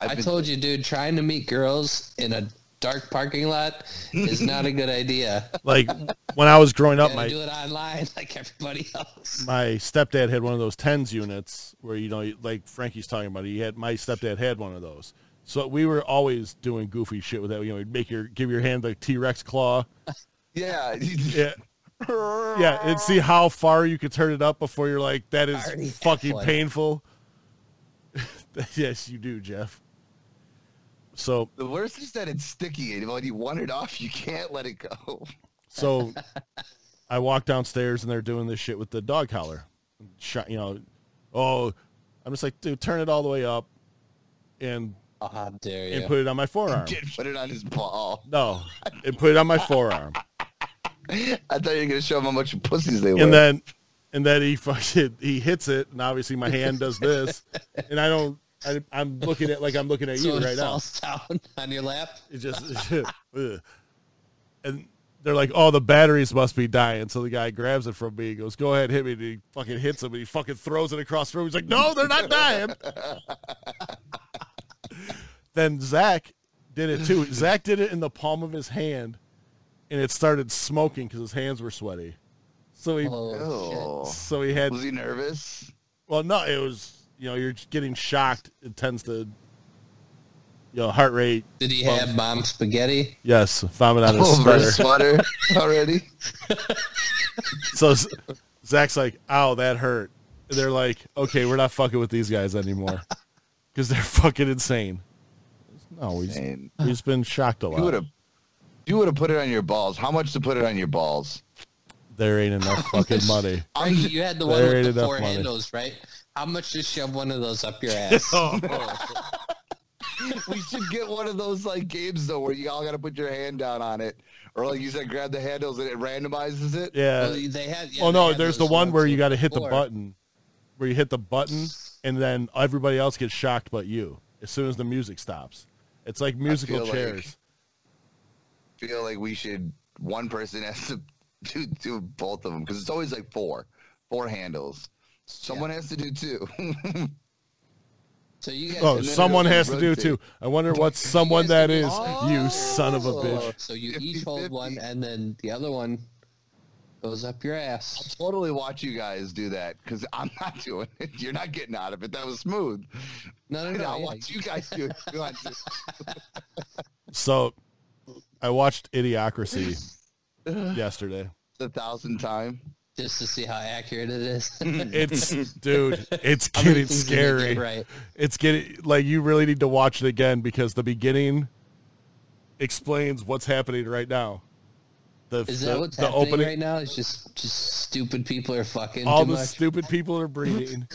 B: I've
C: I
B: been-
C: told you, dude, trying to meet girls in a dark parking lot is not a good idea.
A: Like when I was growing up,
C: Gotta do
A: Oh, my
C: it online like everybody else.
A: my stepdad had one of those tens units where you know, like Frankie's talking about, he had my stepdad had one of those. So we were always doing goofy shit with that. You know, we'd make your give your hand the T Rex claw.
B: Yeah.
A: Yeah. Yeah, and see how far you could turn it up before you're like, that
C: I already
A: is
C: have
A: fucking
C: one.
A: painful. yes, you do, Jeff. So,
B: The worst is that it's sticky, and when you want it off, you can't let it go.
A: so I walk downstairs and they're doing this shit with the dog collar. Sh- You know, oh, I'm just like, dude, turn it all the way up and
C: Oh, how dare
A: and
C: you?
A: put it on my forearm.
B: Did put it on his ball.
A: No, and put it on my forearm.
B: I thought you were gonna show him how much pussies they were.
A: and then and then he fucking he hits it, and obviously my hand does this, and I don't. I, I'm looking at like I'm looking at
C: so
A: you
C: it
A: right now.
C: falls down on your lap.
A: It just ugh. and they're like, oh, the batteries must be dying. So the guy grabs it from me and goes, go ahead, hit me. And he fucking hits him, and he fucking throws it across the room. He's like, no, they're not dying. then Zach did it too. Zach did it in the palm of his hand, and it started smoking because his hands were sweaty. So he
C: Oh,
B: Ew.
A: so he had
B: Was he nervous?
A: well, no, it was you know you're getting shocked. It tends to, you know, heart rate.
C: shit. Did he have mom spaghetti?
A: Yes, vomit on his
B: Over
A: sweater.
B: his sweater already.
A: So Z- Zach's like, "Ow, that hurt." And they're like, "Okay, we're not fucking with these guys anymore because they're fucking insane." No, he's,
B: Man,
A: he's been shocked a
B: you would
A: lot.
B: have. You would have put it on your balls. How much to put it on your balls?
A: There ain't enough fucking money.
C: Frankie, you had the one
A: There
C: with
A: ain't
C: the
A: enough
C: four
A: money.
C: handles, right? How much to shove one of those up your ass?
A: Oh,
B: Oh. We should get one of those like games though, where you all got to put your hand down on it, or like you said, grab the handles and it randomizes it.
A: Yeah.
C: Well, they had, yeah,
A: Well,
C: they
A: no,
C: had
A: there's the
C: those
A: one
C: ones
A: where you
C: with
A: got to hit the
C: four.
A: button, where you hit the button, and then everybody else gets shocked but you. As soon as the music stops, it's like musical
B: feel like-
A: chairs.
B: feel like we should one person has to do do both of them because it's always like four four handles someone has to do two
C: So you guys.
A: Oh,
B: then
A: someone
B: it'll
A: has to do
B: rotate.
A: too. I wonder what someone that is. You son of a
C: Oh,
A: bitch.
C: So you
B: 50-50.
C: each hold one, and then the other one goes up your ass.
B: Totally watch you guys do that because I'm not doing it. You're not getting out of it. That was smooth.
C: No, no,
B: I
C: no. yeah.
B: watch you guys do it. You want to-
A: So, I watched Idiocracy yesterday.
B: the thousand time.
C: Just to see how accurate it is.
A: It's dude, it's
C: How many
A: getting
C: things did they
A: scary.
C: get Right.
A: It's getting like you really need to watch it again because the beginning explains what's happening right now. The
C: Is
A: the,
C: that what's
A: the
C: happening
A: opening,
C: right now? It's just just stupid people are fucking
A: all
C: too
A: the
C: much.
A: stupid people are breeding.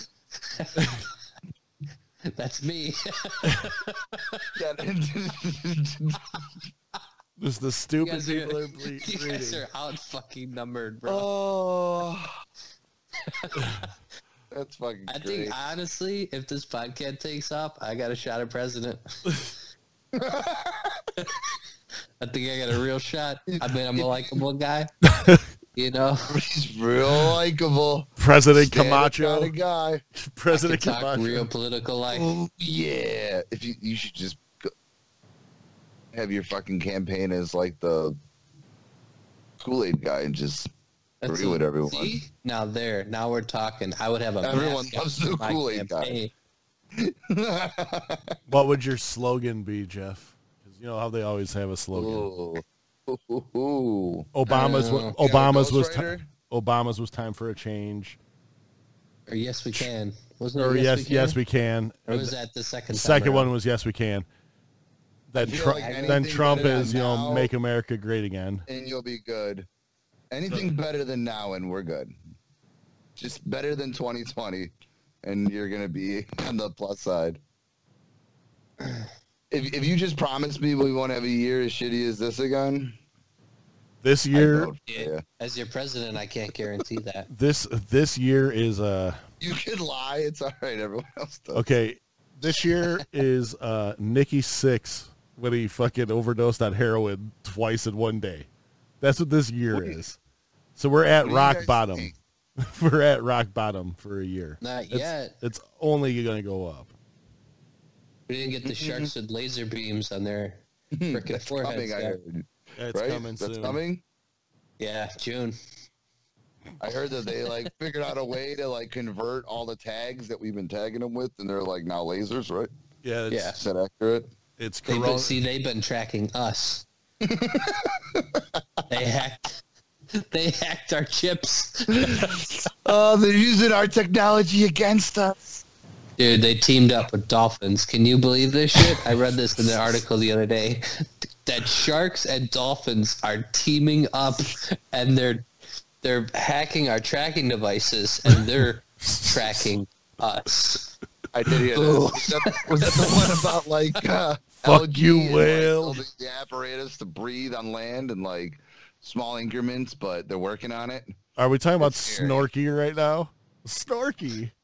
C: That's me.
B: That-
A: Just the
C: you
A: stupid
C: guys are,
A: people are bre-
C: you guys
A: breeding.
C: are out fucking numbered, bro.
B: oh. That's fucking
C: I
B: great.
C: think honestly, if this podcast takes off, I got a shot at president. I think I got a real shot. I mean, I'm a likable guy. You know,
B: He's real likable.
A: President
B: Stand-up
A: Camacho,
B: kinda guy.
A: President
C: talk
A: Camacho.
C: real political life.
B: Oh yeah. If you you should just go, have your fucking campaign as like the Kool Aid guy and just
C: That's
B: agree
C: a-
B: with everyone.
C: See? Now there, now we're talking. I would have a
B: Everyone
C: mascot
B: loves the
C: for my
B: Kool-Aid guy.
C: campaign.
A: What would your slogan be, Jeff? 'Cause you know how they always have a slogan.
B: Ooh. Ooh.
A: Obama's
C: I don't
A: Obama's
B: You know,
A: was
B: Ghost
A: ti-
B: Rider?
A: Obama's was time for a change.
C: Or yes, we can. Wasn't
B: Oh,
A: Or
C: it
A: yes,
C: we
A: yes
C: Can?
A: we can.
C: Or was that the second? time
A: Second
C: around?
A: one was yes, we can. Then,
B: feel
A: Tru-
B: like
A: then
B: anything
A: Trump
B: better than
A: is you know
B: now-
A: make America great again.
B: and you'll be good. Anything better than now, and we're good. Just better than 2020, and you're gonna be on the plus side. If, if you just promise me we won't have a year as shitty as this again,
A: This
B: I
A: year,
B: vote for you.
C: As your president, I can't guarantee that.
A: this this year is uh
B: you can lie. It's all right. Everyone else does.
A: okay. This year is uh Nikki Six when he fucking overdosed on heroin twice in one day. That's what this year
B: do you-
A: is. So we're at
B: What do you
A: rock
B: guys
A: bottom.
B: think?
A: we're at rock bottom for a year.
C: Not
A: It's-
C: yet.
A: It's only going to go up.
C: We didn't get the sharks with laser beams on their freaking
B: That's coming.
C: foreheads.
B: I
C: yet.
B: heard.
A: It's
B: right?
A: coming
B: That's
A: soon.
B: coming.
C: Yeah, June.
B: I heard that they like figured out a way to like convert all the tags that we've been tagging them with, and they're like now lasers, right?
A: Yeah, it's,
C: Yeah.
B: Is that accurate?
A: it's
C: They've
A: corona.
C: been, see, they've been tracking us. they hacked. They hacked our chips,
B: Oh, they're using our technology against us.
C: dude. They teamed up with dolphins. Can you believe this shit? I read this in an article the other day that sharks and dolphins are teaming up, and they're they're hacking our tracking devices, and they're tracking us.
B: I did hear that. Was that, was that the one about like uh,
A: Fuck
B: algae
A: you,
B: and, like,
A: Will.
B: building the apparatus to breathe on land and like small increments, but they're working on it.
A: Are we talking about
B: Scary.
A: Snorky right now? Snorky.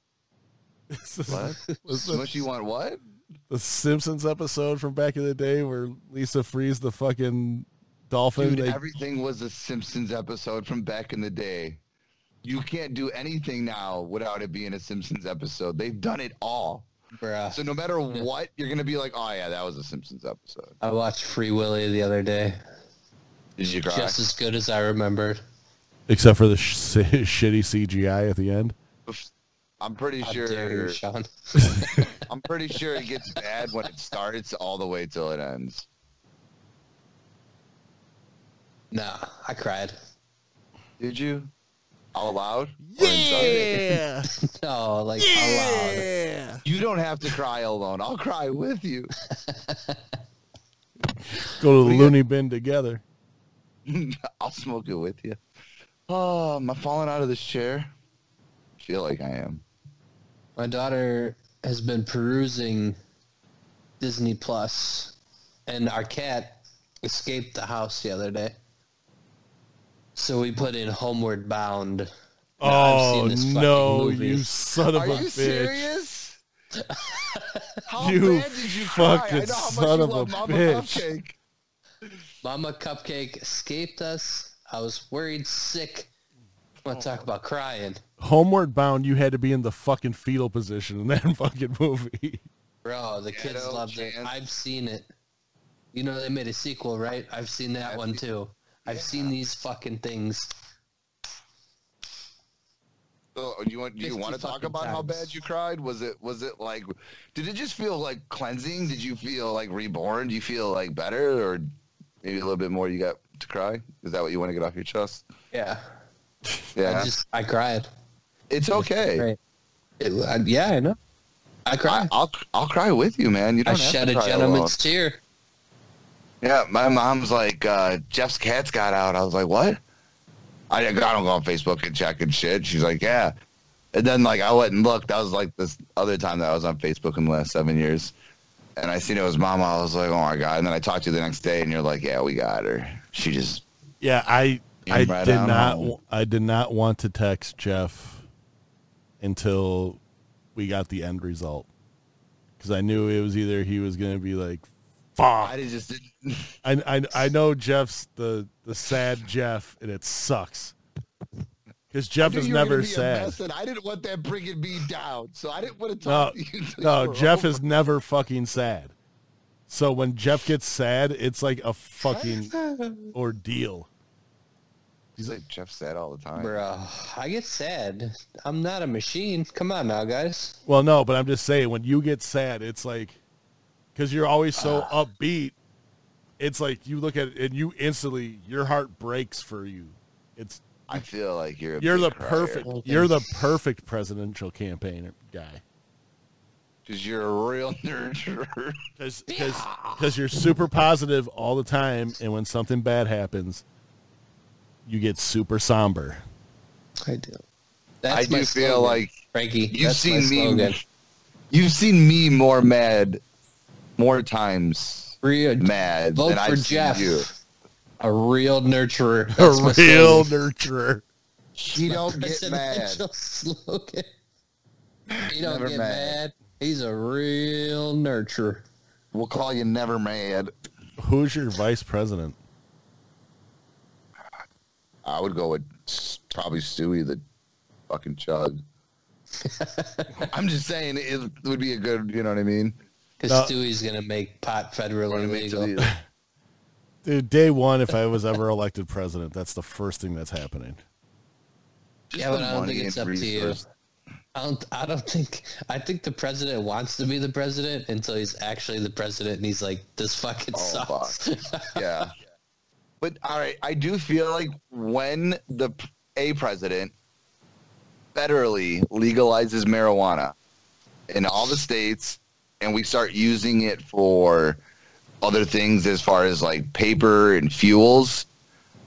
B: What?
A: Was the,
B: Mushy want what?
A: the Simpsons episode from back in the day where Lisa frees the fucking dolphin?
B: Dude,
A: they-
B: everything was a Simpsons episode from back in the day. You can't do anything now without it being a Simpsons episode. They've done it all.
C: Bruh.
B: So no matter what, you're gonna be like, oh yeah, that was a Simpsons episode.
C: I watched Free Willy the other day.
B: Did you cry?
C: Just as good as I remembered.
A: Except for the sh- shitty CGI at the end.
B: I'm pretty
C: How
B: sure.
C: dare you, Sean?
B: I'm pretty sure it gets bad when it starts all the way till it ends.
C: No, I cried.
B: Did you? All loud? Or in silence?
A: Yeah.
C: No, like aloud.
A: yeah.
B: You don't have to cry alone. I'll cry with you.
A: Go to the loony bin together.
B: I'll smoke it with you. Oh, am I falling out of this chair? feel like I am.
C: My daughter has been perusing Disney Plus, and our cat escaped the house the other day. So we put in Homeward Bound. No, I've seen
A: oh
C: this fucking
A: no,
C: movie.
A: you son of
B: Are
A: a
B: you
A: bitch.
B: serious? How
A: You
B: bad did you cry?
A: fucking
B: I know how much
A: son
B: you
A: of a
B: love Mama
A: bitch.
B: Cupcake.
C: Mama Cupcake escaped us. I was worried sick. I'm gonna
A: Oh.
C: talk about crying.
A: Homeward Bound, you had to be in the fucking fetal position in that fucking movie.
C: Bro, the kids
B: Ghetto
C: loved it.
B: Chance.
C: I've seen it. You know they made a sequel, right? I've seen that
B: I've
C: one
B: seen-
C: too. I've
B: Yeah.
C: seen these fucking things.
B: So, do Oh, you want do you
C: 50
B: want to talk
C: fucking
B: about how
C: times.
B: bad you cried? Was it was it like did it just feel like cleansing? Did you feel like reborn? Do you feel like better or maybe a little bit more you got to cry? Is that what you want to get off your chest?
C: Yeah.
B: Yeah.
C: I just I cried.
B: it's okay.
C: Right. It, I, yeah, I know. I
B: I,
C: cried.
B: I'll I'll cry with you, man. You
C: I,
B: don't have
C: shed
B: to
C: a
B: cry alone.
C: gentleman's tear.
B: Yeah, my mom's like, uh, Jeff's cat's got out. I was like, what? I, I don't go on Facebook and check and shit. She's like, yeah. And then like I went and looked. That was like this other time that I was on Facebook in the last seven years, and I seen it was mama. I was like, oh my god. And then I talked to you the next day, and you're like, yeah, we got her. She just
A: Yeah, I I
B: Right
A: did
B: on
A: not
B: home.
A: w- I did not want to text Jeff until we got the end result because I knew it was either he was going to be like, "Fuck."
B: I just didn't.
A: I, I I know Jeff's the the sad Jeff, and it sucks because Jeff is never sad.
B: I didn't want that bringing me down, so I didn't want to
A: talk No, to No, Jeff is never fucking sad. So when Jeff gets sad, it's like a fucking ordeal.
B: He's like Jeff's sad all the time.
C: Bro, I get sad. I'm not a machine. Come on now, guys.
A: Well, no, but I'm just saying when you get sad, it's like because you're always so upbeat. It's like you look at it and you instantly your heart breaks for you. It's
B: I feel like you're a
A: you're
B: big
A: the
B: crier.
A: perfect
C: Okay.
A: you're the perfect presidential campaign guy
B: Because you're a real nerd.
A: because because you're super positive all the time, and when something bad happens, you get super somber.
C: I do.
B: I do
C: my
B: feel
C: slogan,
B: like
C: Frankie.
B: you've
C: that's my
B: seen me.
C: slogan.
B: You've seen me more mad, more times
C: Real,
B: mad
C: vote
B: than
C: for
B: I've seen
C: Jeff.
B: you.
C: A real nurturer.
A: A
C: That's my
A: real
C: slogan.
A: nurturer.
B: He don't get mad.
C: presidential slogan. He don't
B: Never
C: get
B: mad.
C: mad. He's a real nurturer.
B: We'll call you never mad.
A: Who's your vice president?
B: I would go with s- probably Stewie the fucking chug. I'm just saying it would be a good. You know what I mean?
C: Because
A: No.
C: Stewie's gonna make pot federal illegal.
B: That's
A: Dude, day one, if I was ever elected president, that's the first thing that's happening.
C: Yeah, but I don't think it's up to you. I don't. I don't think. I think the president wants to be the president until he's actually the president, and he's like, "This fucking
B: Oh,
C: sucks."
B: yeah. But all right, I do feel like when the p- a president federally legalizes marijuana in all the states and we start using it for other things as far as like paper and fuels,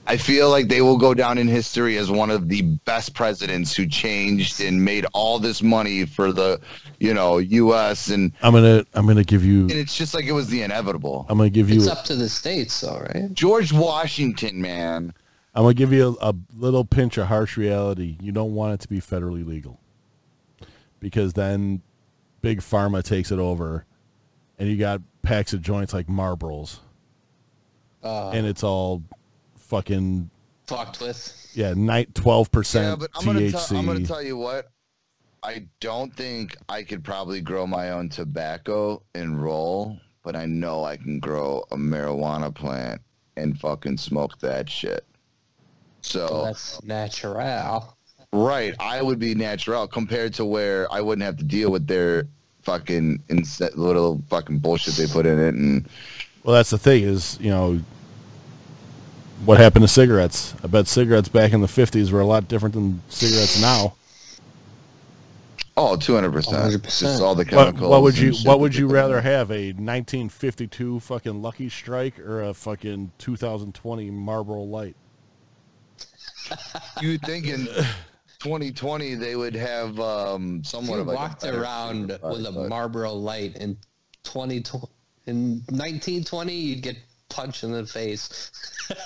B: I feel like they will go down in history as one of the best presidents who changed and made all this money for the, you know, US and
A: I'm gonna I'm gonna give
B: and
A: you
B: it's just like it was the inevitable.
A: I'm gonna give you
C: it's up to the states, all right.
B: George Washington, man.
A: I'm gonna give you a, a little pinch of harsh reality. You don't want it to be federally legal because then big pharma takes it over, and you got packs of joints like Marlboros,
C: Uh,
A: and it's all fucking
C: fucked with.
A: yeah, night twelve
B: Yeah,
A: percent
B: but I'm gonna, tell, I'm gonna
A: THC.
B: tell you what. I don't think I could probably grow my own tobacco and roll, but I know I can grow a marijuana plant and fucking smoke that shit.
C: Well,
B: So
C: that's natural.
B: right, I would be natural compared to where I wouldn't have to deal with their fucking inse- little fucking bullshit they put in it and
A: Well, that's the thing is you know what happened to cigarettes. I bet cigarettes back in the '50s were a lot different than cigarettes now.
B: oh 200%,
C: 100%.
B: just all the
A: What,
B: chemicals.
A: what would you
B: and shit
A: What
B: that
A: would
B: they
A: you
B: put in
A: rather
B: it.
A: have a 1952 fucking Lucky Strike or a fucking 2020 Marlboro Light?
B: you would think in 2020 they would have um,
C: If
B: somewhat
C: you
B: of like a
C: walked
B: better
C: around
B: flavor
C: with a
B: product,
C: Marlboro Light in 2020, in 1920, you'd get punched in the face.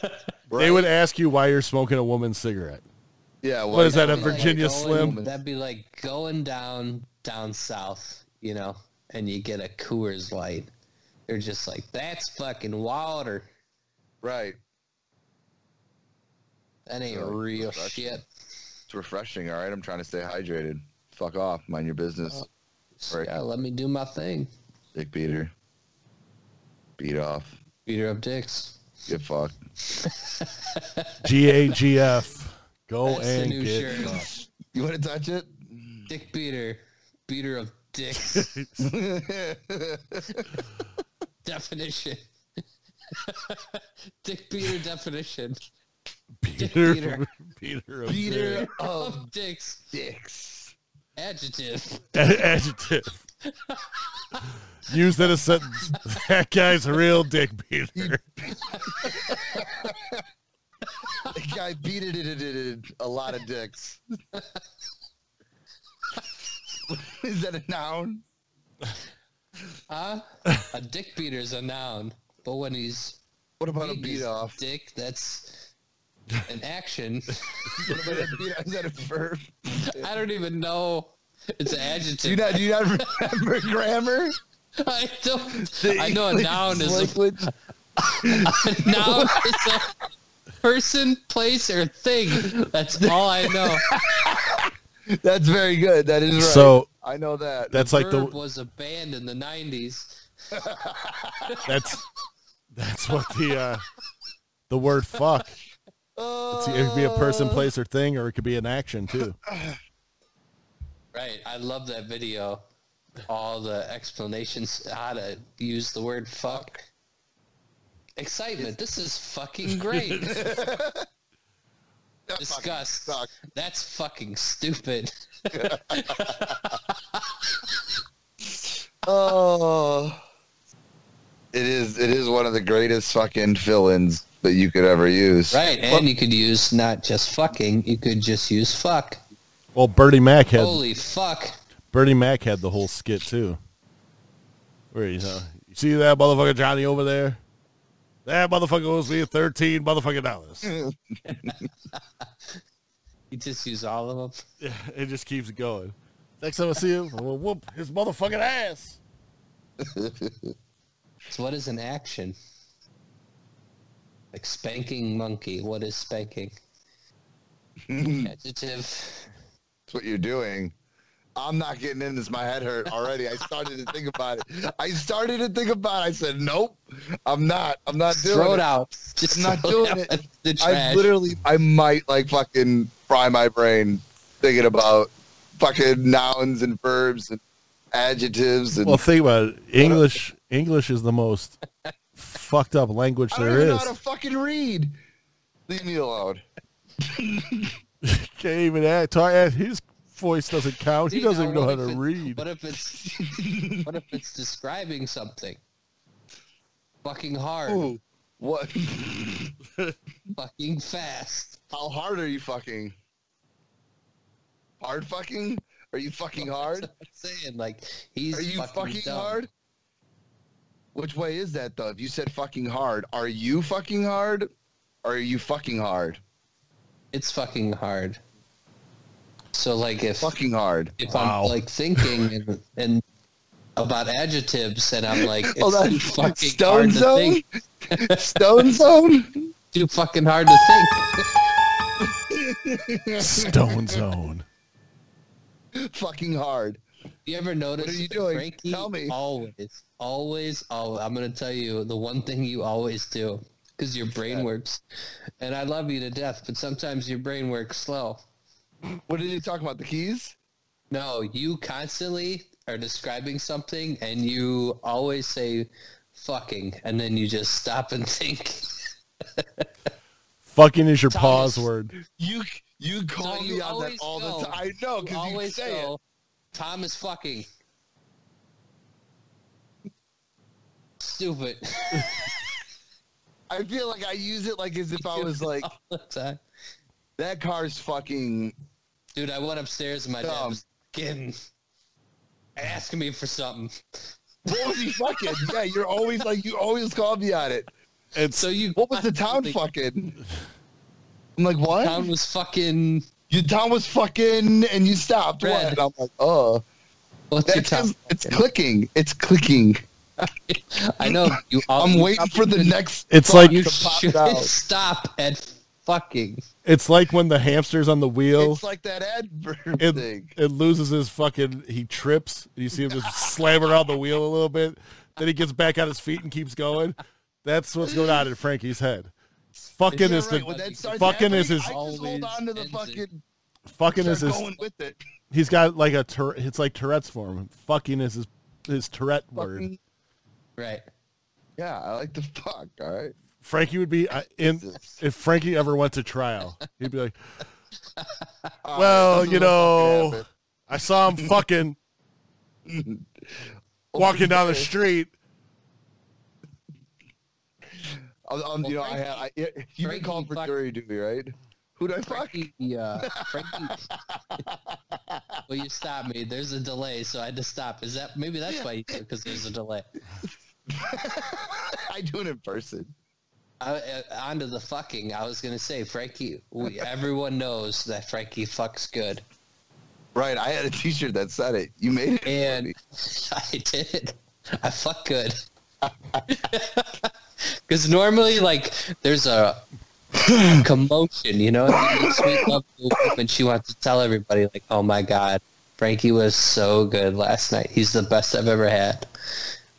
B: but-
A: They
B: Right.
A: would ask you why you're smoking a woman's cigarette.
B: Yeah,
A: What is that? A
C: That'd be like
A: Virginia
C: going-
A: Slim?
C: That'd be like going down down south, you know, and you get a Coors Light. They're just like, that's fucking water.
B: Right.
C: That ain't
B: Yeah,
C: real
B: that's
C: shit.
B: It's refreshing. All right. Uh. I'm trying to stay hydrated. Fuck off. Mind your business.
C: Yeah, let me do my thing.
B: Dick beater. Beat off.
C: Beat her up dicks.
B: Get fucked.
A: G A G F. Go
C: That's the
A: Oh, and
C: new
A: get.
C: shirt.
B: You want to touch it?
C: Dick beater. Beater of dicks. definition. Dick beater definition.
A: Peter.
C: Peter.
A: Peter. of
B: Beater of
C: Of dicks.
B: dicks.
C: Adjective.
A: Ad- adjective. Use that as sentence. That guy's a real dick beater.
B: The guy beat it, it, it, it, it a lot of dicks. Is that a noun?
C: Huh? a dick beater is a noun, but when he's
B: What about a
C: beating
B: beat
C: his
B: off?
C: dick, that's an action.
B: What about a beat off? Is that a verb?
C: I don't even know. It's an
B: Do you
C: adjective.
B: not, do you not remember grammar?
C: I don't. I know a noun is a
B: language.
C: noun is a person, place, or thing. That's all I know.
B: That's very good. That is right.
A: So
B: I know that.
A: that's like
C: Verb
A: the
C: was a band in the '90s.
A: that's that's what the uh, the word fuck. It's, it could be a person, place, or thing, or it could be an action too.
C: Right. I love that video. All the explanations how to use the word fuck. Excitement. This is fucking great. Disgust.
B: suck.
C: That's fucking stupid.
B: Oh, it is. It is one of the greatest fucking fill-ins that you could ever use.
C: Right. And you could use not just fucking, you could just use fuck.
A: Well, Bertie Mac had
C: Holy fuck.
A: Bertie Mac had the whole skit too. Where he's, uh, you see that motherfucker Johnny over there? That motherfucker owes me thirteen motherfucking dollars.
C: You just use all of them.
A: Yeah, it just keeps going. Next time I see him, I'm gonna whoop his motherfucking ass.
C: So what is an action? Like spanking monkey. What is spanking? Adjective.
B: That's what you're doing. I'm not getting in this. My head hurt already. I started to think about it. I started to think about. it. I said, "Nope, I'm not. I'm not doing
C: throw it
B: it.
C: out. Just
B: I'm not
C: throw
B: doing
C: out
B: it.
C: The
B: I
C: trash.
B: literally, I might like fucking fry my brain thinking about fucking nouns and verbs and adjectives and
A: Well, think about it. English. English is the most fucked up language
B: I don't
A: there
B: even know
A: is.
B: how to fucking read. Leave me alone.
A: Can't even act. Talk, act- his voice doesn't count. He
C: See, now
A: doesn't even know
C: what
A: how
C: if
A: to
C: it-
A: read.
C: What if it's what if it's describing something? Fucking hard.
B: Ooh, what?
C: Fucking fast.
B: How hard are you fucking? Hard fucking? Are you fucking hard?
C: I'm saying like he's
B: Are you
C: fucking,
B: fucking
C: dumb.
B: hard? Which way is that though? If you said fucking hard, are you fucking hard? Or are you fucking hard?
C: It's fucking hard. So like if
B: Fucking hard.
C: if
A: Wow.
C: I'm like thinking and, and about adjectives and I'm like it's
B: Hold on.
C: too
B: Oh,
C: fucking
B: Stone
C: hard to
B: zone?
C: think.
B: Stone zone?
C: Too fucking hard to think.
A: Stone Zone.
B: fucking hard.
C: You ever notice
B: What are you
C: that
B: doing?
C: Frankie
B: Tell me.
C: always, always, always. I'm gonna tell you the one thing you always do because your brain works, and I love you to death, but sometimes your brain works slow.
B: What are you talking about? The keys?
C: No, you constantly are describing something, and you always say "fucking," and then you just stop and think.
A: Fucking is your
C: Thomas.
A: pause word.
B: You you call
C: So
B: me
C: you
B: on that
C: always
B: all
C: go-
B: the time. I know
C: You
B: because Oh, you,
C: always
B: say
C: go, "Tom is fucking." Stupid.
B: it. I feel like I use it like as if I was like
C: all the time.
B: that car's fucking.
C: Dude, I went upstairs and my dad
B: Dumb.
C: was fucking asking me for something.
B: What was he fucking? yeah, you're always like you always call me on it.
A: It's
C: So you
B: What was the town fucking? I'm like what?
C: town was fucking
B: Your town was fucking, and you stopped. What?
C: Red.
B: And I'm like, oh,
C: what's your
B: that's
C: town?
B: just, it's clicking. It's clicking.
C: I know you all
B: I'm
C: you
B: waiting for the next.
A: It's
B: thought
A: like-
B: to
C: you
B: pop
C: should
B: out.
C: stop at fucking.
A: It's like when the hamster's on the wheel.
B: It's like that adverb
A: it,
B: thing.
A: it loses his fucking. He trips. And you see him just slam around the wheel a little bit. Then he gets back on his feet and keeps going. That's what's going on in Frankie's head. Fucking
B: You're
A: is the
B: right, when that starts
A: fucking is
B: happening,
A: his-
B: I just hold
C: Always
B: on to the
C: ends it.
B: fucking.
A: fucking
B: Start
A: is his.
B: going with it.
A: He's got like a tur- It's like Tourette's for him. Fucking is his his Tourette word.
B: Fucking,
C: Right.
B: yeah, I like the fuck. All right.
A: Frankie would be uh, in if Frankie ever went to trial. He'd be like, well,
B: Uh, Oh, this is
A: you
B: what fucking
A: know,
B: happened.
A: I saw him fucking walking down the street.
B: Um, um, you know, I, I, I, you've been
C: Frankie
B: called for
C: fucked-
B: jury duty, right? Who'd I fuck?
C: Frankie, uh, Frankie. well, you stopped me. There's a delay, so I had to stop. Is that maybe that's why you because there's a delay.
B: I do it in person.
C: I, uh, onto the fucking. I was gonna say Frankie. We, everyone knows that Frankie fucks good,
B: Right. I had a T-shirt that said it. You made it. for me.
C: and I did. I fuck good. Because normally, like, there's a commotion, you know. And then Sweet love when she wants to tell everybody, like, "Oh my god, Frankie was so good last night. He's the best I've ever had."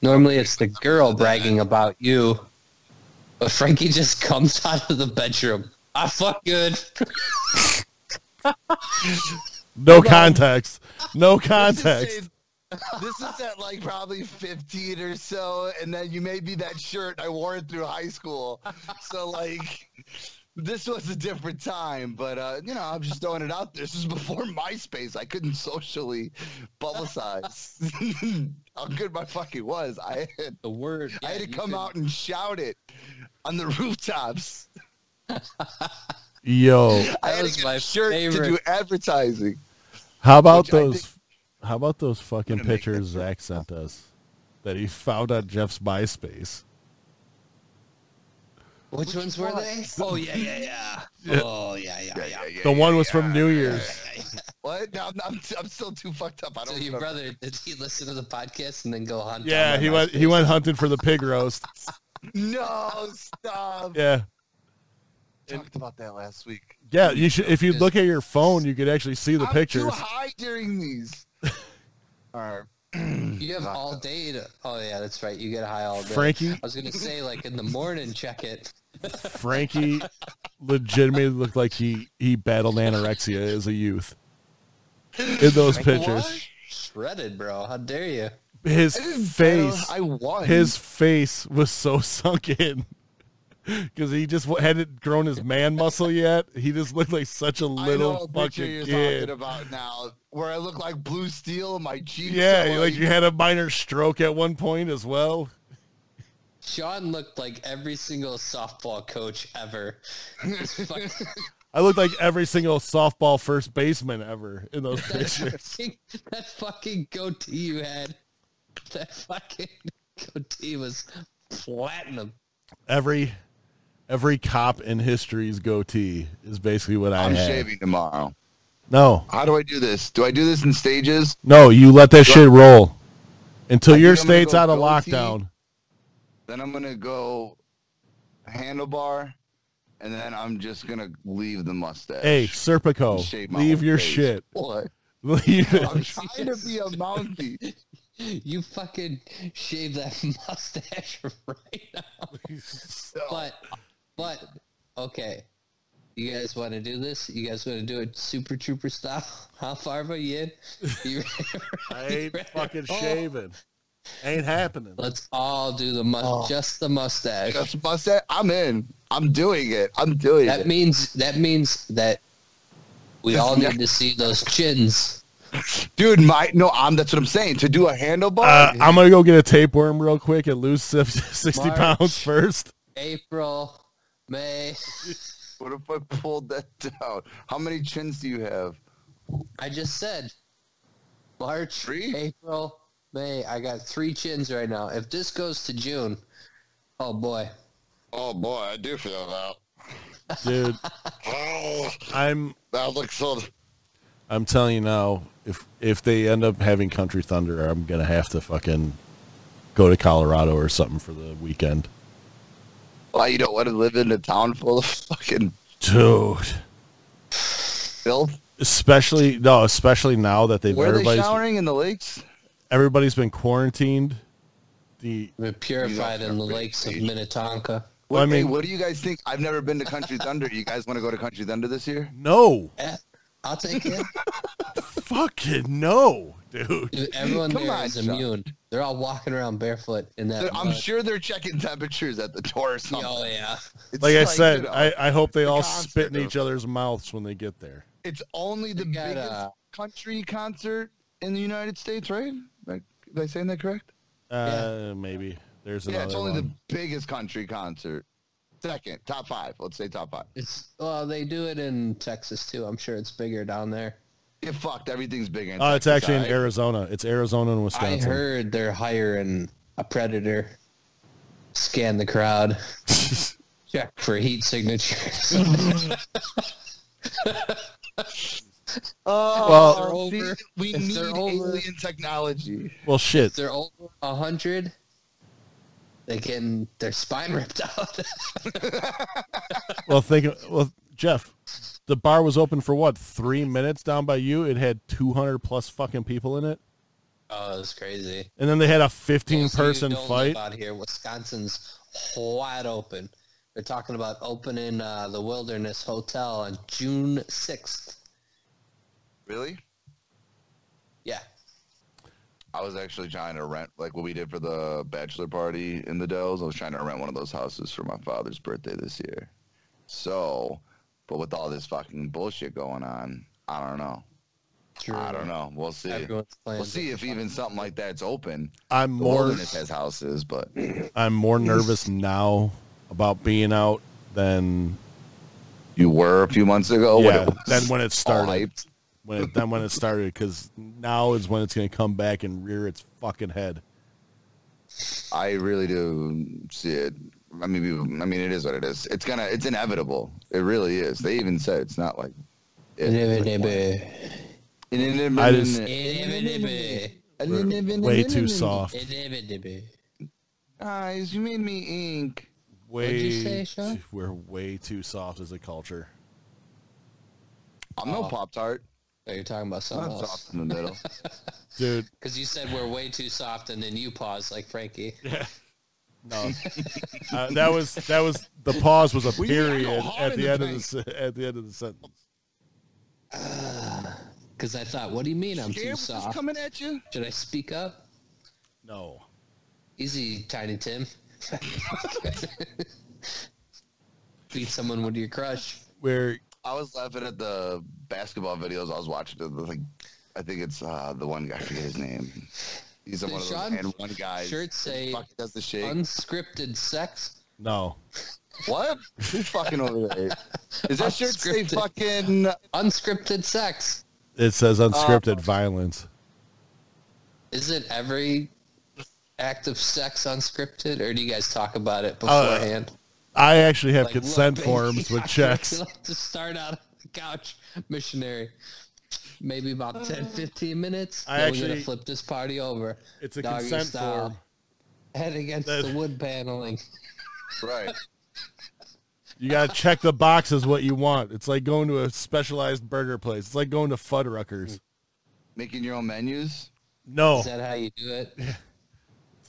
C: Normally, it's the girl bragging about you, but Frankie just comes out of the bedroom. I fuck good.
A: No context. No
B: This is
A: context.
B: in- This is at like probably 15 or so, and then you made me that shirt. I wore it through high school, so like this was a different time. But uh, you know, I'm just throwing it out. there. This is before MySpace. I couldn't socially publicize how good my fucking was. I had,
C: The word.
B: I had
C: yeah,
B: to
C: you
B: come
C: could-
B: out and shout it on the rooftops.
A: Yo,
B: I
C: That
B: had
C: was
B: to get
C: my
B: a shirt
C: favorite.
B: to do advertising.
A: how about
B: Which I
A: those? How about those fucking
B: Gonna make
A: pictures Zach sent us that he found on Jeff's MySpace?
C: Which, ones were they? Oh yeah, yeah, yeah. Oh yeah, yeah, yeah.
A: The one was from New Year's.
B: What? No, I'm, I'm, I'm still too fucked up. I
C: So
B: don't.
C: your
B: remember.
C: brother did he listen to the podcast and then go hunt?
A: Yeah,
C: down
A: he
C: my
A: went. He
C: MySpace?
A: went hunting for the pig roast.
B: No, stop.
A: Yeah,
B: We Talked about that last week.
A: yeah. You should. If you look at your phone, you could actually see the
B: I'm Too
A: pictures.
B: high during these. Or
C: You have all day to. Oh yeah, that's right. You get high all day.
A: Frankie,
C: I was gonna say like in the morning, check it.
A: Frankie, legitimately looked like he he battled anorexia as a youth. In those pictures,
C: Shredded, bro. How dare you?
A: his
B: I didn't
A: face.
B: battle, I won.
A: his face was so sunk in because he just w- hadn't grown his man muscle yet. He just looked like such a
B: I know
A: little
B: a picture
A: fucking
B: you're
A: kid.
B: talking about now, where I look like blue steel. My cheeks.
A: Yeah,
B: are
A: you- like
B: like-
A: you had a minor stroke at one point as well.
C: Sean looked like every single softball coach ever. Just fucking-
A: I looked like every single softball first baseman ever in those
C: that,
A: pictures.
C: fucking, that fucking goatee you had. That fucking goatee was platinum.
A: Every every cop in history's goatee is basically what I
B: I'm
A: had.
B: shaving tomorrow.
A: No,
B: How do I do this? Do I do this in stages?
A: no, you let that shit roll until
B: I
A: your
B: think I'm gonna
A: state's
B: go
A: out of
B: goatee.
A: lockdown.
B: Then I'm gonna go handlebar, and then I'm just gonna leave the mustache.
A: Hey,
B: and
A: Serpico,
B: shave my
A: Oh, leave
B: whole
A: your
B: face.
A: shit.
B: What?
A: Leave it.
B: I'm trying to be a mountie.
C: You fucking shave that mustache right now. But, but, okay. You guys want to do this? You guys want to do it super trooper style? How far are you in? You-
A: I ain't fucking shaving. Ain't happening.
C: Let's all do the must, just the mustache.
B: Oh. Just mustache. I'm in. I'm doing it. I'm doing
C: That
B: it.
C: means that means that we all
B: This-
C: need to see those chins.
B: Dude, my no, I'm that's what I'm saying. To do a
A: Uh,
B: handlebar,
A: I'm gonna go get a tapeworm real quick and lose sixty
C: March.
A: pounds first.
C: April, May.
B: what if I pulled that down? How many chins do you have?
C: I just said March,
B: Three?
C: April, May. I got three chins right now. If this goes to June, oh boy.
B: Oh boy, I do feel that.
A: Dude,
B: Oh,
A: I'm
B: that looks so
A: I'm telling you now, if if they end up having Country Thunder, I'm gonna have to fucking go to Colorado or something for the weekend.
B: why you don't want to live in a town full of fucking
A: dude.
B: Filth.
A: Especially no, especially now that they've
B: Where are they
A: everybody's
B: showering in the lakes?
A: everybody's been quarantined. The
C: They're purified in the
B: Big
C: lakes of
B: fish.
C: Minnetonka.
B: What,
A: I
B: hey,
A: mean-
B: what do you guys think? I've never been to Country Thunder. You guys want to go to Country Thunder this year?
A: no,
C: Eh, I'll take it.
A: fucking no, dude.
C: Dude, Everyone
B: Come
C: there is
B: on, Chuck.
C: immune. They're all walking around barefoot in that.
B: They're- I'm
C: mud.
B: sure they're checking temperatures at the door or something.
C: Oh yeah.
B: It's
A: Like I
B: you
A: said,
B: know,
A: I, I hope they all
B: concert
A: spit in
B: of-
A: each other's mouths when they get there.
B: it's only the
C: They got,
B: biggest
C: uh,
B: country concert in the United States, right? Like, am I saying that correct?
A: Uh, Maybe there's another
B: yeah, it's only
A: one.
B: the biggest country concert. Second, top five. Let's say top five.
C: It's well, they do it in Texas too. I'm sure it's bigger down there.
B: Get fucked. Everything's bigger. in
A: Oh, it's
B: Texas,
A: actually in
B: alright?
A: Arizona. It's Arizona and
C: I
A: Wisconsin.
C: heard they're hiring a predator. Scan the crowd. Check for heat signatures.
B: Oh,
A: Well-
B: see,
C: They're over.
B: we
C: If
B: need
C: they're over-
B: alien technology.
A: well, shit.
C: if they're over a hundred, they can their spine ripped out.
A: Well, think. Well, Jeff, the bar was open for what three minutes down by you. It had two hundred plus fucking people in it,
C: oh, it's crazy.
A: and then they had a fifteen
C: Those of you
A: person
C: don't live
A: fight.
C: out here. Wisconsin's wide open. They're talking about opening uh, the Wilderness Hotel on June sixth.
B: Really?
C: Yeah,
B: I was actually trying to rent, like what we did for the bachelor party in the Dells. I was trying to rent one of those houses for my father's birthday this year. So, but with all this fucking bullshit going on, I don't know.
C: True.
B: I don't know. We'll see.
C: Everyone's playing.
B: We'll see if even something like that's open.
A: I'm
B: The
A: more.
B: wilderness has houses, but
A: I'm more nervous now about being out than
B: you were a few months ago. Oh, when
A: yeah
B: it was
A: than when it
B: all
A: started.
B: hyped.
A: When it, than when it started, because now is when it's going to come back and rear its fucking head.
B: I really do see it. I mean, we- I mean, it is what it is. It's gonna, it's inevitable. It really is. They even said it's not like.
A: I just- Way too soft.
B: Guys, you made me ink.
A: Way
C: What'd you say, Sean?
A: too- we're way too soft as a culture.
B: I'm no
C: Oh.
B: Pop Tart.
C: Oh, you're talking about
B: I'm
C: something
B: not
C: else.
B: soft in the middle.
A: Dude,
C: Because you said we're way too soft, and then you paused like Frankie.
A: No, uh, that was that was the pause was a
B: We gotta go
A: period at
B: hard in
A: the
B: the
A: end of
B: tank.
A: the se- at the end of the sentence.
C: Because I thought, what do you mean I'm
B: Yeah,
C: too
B: what's
C: soft?
B: coming at you.
C: Should I speak up?
A: No,
C: Easy, Tiny Tim. Beat someone with your crush.
A: where
B: I was laughing at the basketball videos I was watching. The thing, I think it's uh, the one guy. I forget his name. He's one of those
C: Sean-
B: and one guy.
C: Shirts say
B: fucking does the shake.
C: unscripted sex.
A: no,
B: What? Who's fucking over there? Is that shirt say
C: Unscripted.
B: fucking?
C: Unscripted sex.
A: it says unscripted violence.
C: Isn't every act of sex unscripted, or do you guys talk about it beforehand?
A: I actually have
C: Like, look,
A: Uh, consent
C: baby,
A: forms with
C: I'd
A: checks.
C: really like to start out on the couch, missionary. Maybe about 10, 15 minutes.
A: I
C: then we're gonna
A: actually-
C: flip this party over.
A: It's a
C: Doggy
A: consent
C: style.
A: form.
C: Head against
A: That-
C: the wood paneling.
B: Right.
A: You gotta check the boxes what you want. It's like going to a specialized burger place. It's like going to Fuddruckers.
B: Making your own menus.
A: No,
C: Is that how you do it?
A: Oh.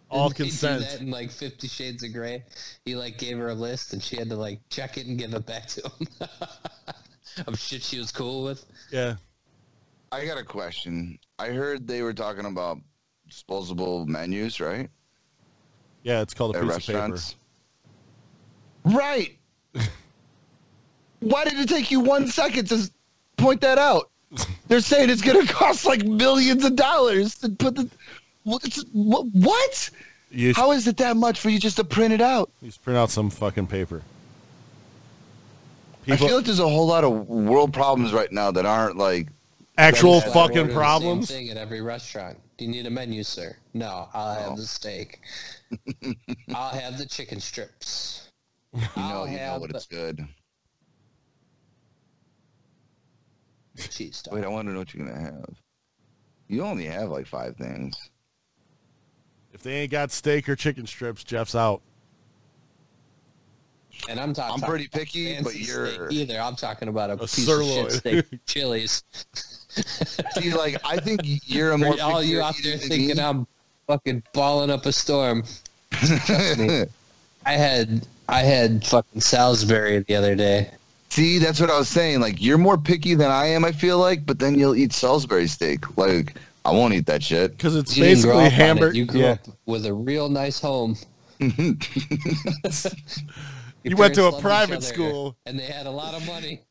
A: all
C: Didn't he do that
A: consent.
C: in like Fifty Shades of Grey, he like gave her a list and she had to like check it and give it back to him. of shit she was cool with.
A: Yeah,
B: I got a question. I heard they were talking about disposable menus, right?
A: yeah. It's called a
B: At
A: piece of paper.
B: restaurants. Right. Why did it take you one second to s- point that out? They're saying it's going to cost like millions of dollars to put the. What? it's- what- what?
A: You
B: How is it that much for you just to print it out?
A: you just print out some fucking paper.
B: I feel
A: People,
B: like there's a whole lot of world problems right now that aren't like
A: actual
C: Said, I order
A: fucking
C: the
A: problems.
C: Same thing at every restaurant. Do you need a menu, sir? No, I'll have the steak. I'll have the chicken strips.
B: you know
C: I'll
B: you know
C: have
B: what it's good.
C: the cheese dog.
B: Wait, I want to know what you're gonna have. You only have like five things.
A: If they ain't got steak or chicken strips, Jeff's out.
C: And I'm talking.
B: I'm pretty picky,
C: fancy
B: but you're
C: steak either. I'm talking about a,
A: A
C: piece
A: sirloin.
C: of shit steak, Chili's.
B: see, like I think you're a more
C: For all you
B: pickier
C: out there
B: eater than
C: thinking
B: me.
C: I'm fucking balling up a storm, I had I had fucking Salisbury the other day.
B: See, that's what I was saying. Like you're more picky than I am. I feel like, but then you'll eat Salisbury steak. Like I won't eat that shit.
A: because it's
C: You didn't grow
A: basically
C: up on it.
A: hamburger.
C: You grew
A: yeah.
C: up with a real nice home. Your
A: You went to
C: parents
A: a
C: loved each
A: private
C: other,
A: school.
C: and they had a lot of money.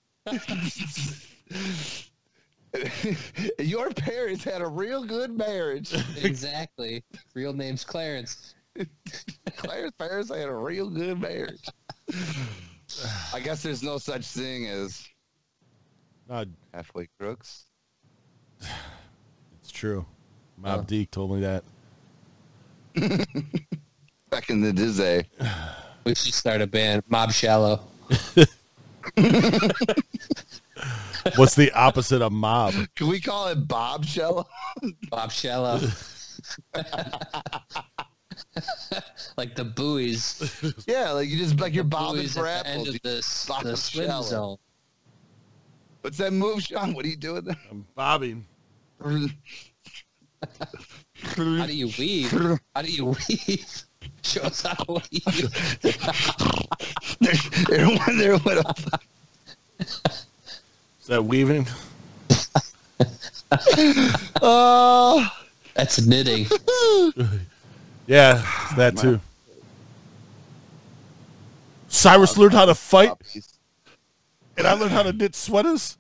B: Your parents had a real good marriage.
C: Exactly. Real name's Clarence.
B: Claire's parents had a real good marriage. I guess there's no such thing as
A: Uh,
B: halfway crooks.
A: it's true. Mob
C: Oh.
A: Deke told me that.
B: Back in the day,
C: We should start a band, Mob Shallow.
A: What's the opposite of mob?
B: can we call it Bob Shell?
C: Bob Shallow. like the buoys.
B: yeah, like you just like you're
C: The
B: bobbing
C: buoys
B: for
C: at the end
B: apples.
C: of the,
B: Bob
C: the swim
B: Shallow.
C: zone.
B: What's that move, Sean? What are you doing?
A: I'm bobbing.
C: How do you weave? How do you weave? Show us how to weave.
B: there, there, there went off.
A: Is that weaving?
B: Oh,
C: That's knitting.
A: Yeah, it's that too. Cyrus learned how to fight, and I learned how to knit sweaters.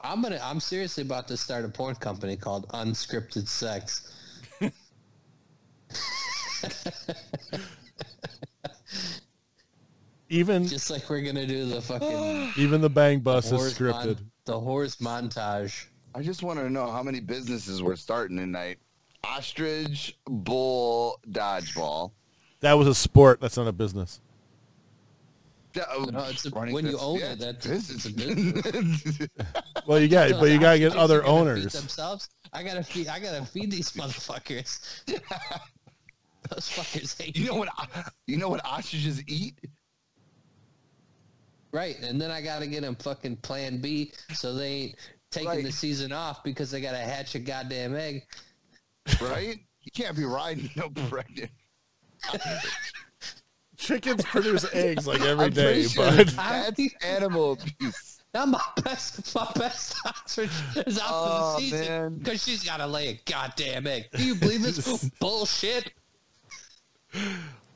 C: I'm gonna. I'm seriously about to start a porn company called Unscripted Sex.
A: Even
C: Just like we're gonna do the fucking
A: even the bang bus is
C: horse mon-
A: scripted.
C: the horse montage.
B: I just want to know how many businesses we're starting tonight. Ostrich, bull, dodgeball.
A: That was a sport. That's not a business.
B: Yeah, oh,
C: No, it's a-
B: running
C: when you
B: business.
C: own it, that's- it's a
A: Well, you got, but you gotta get
C: They're
A: other
C: gonna feed
A: owners.
C: themselves. I gotta feed. I gotta feed these motherfuckers. Those fuckers hate
B: you know what? o- You know what ostriches eat?
C: Right, and then I got to get them fucking Plan B, so they ain't taking
B: Right.
C: the season off because they got to hatch a goddamn egg.
B: Right? You can't be riding no pregnant.
A: Chickens produce eggs like every
B: I'm
A: day,
B: pretty sure
A: but
B: that's animal abuse.
C: Now my best, my best ostrich is out
B: Oh,
C: for the season
B: man.
C: because she's got to lay a goddamn egg. Do you believe this bullshit?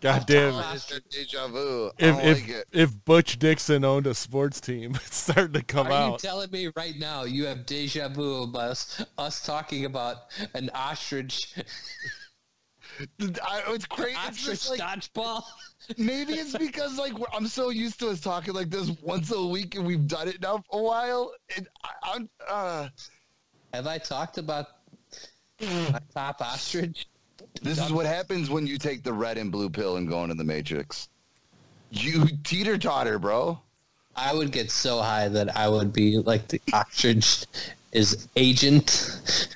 A: goddamn,
B: It's a Deja vu. I
A: if
B: don't
A: if
B: like it.
A: if Butch Dixon owned a sports team, it's starting to come
C: Are you
A: out.
C: telling me right now you have deja vu about us, us talking about an ostrich,
B: I, it's crazy. It's
C: ostrich
B: just like,
C: dodgeball?
B: maybe it's because like we're, I'm so used to us talking like this once a week, and we've done it now for a while. And I, I'm uh,
C: Have I talked about my top ostrich?
B: This is what happens when you take the red and blue pill and go into the matrix. You teeter totter, bro.
C: I would get so high that I would be like the ostrich is agent.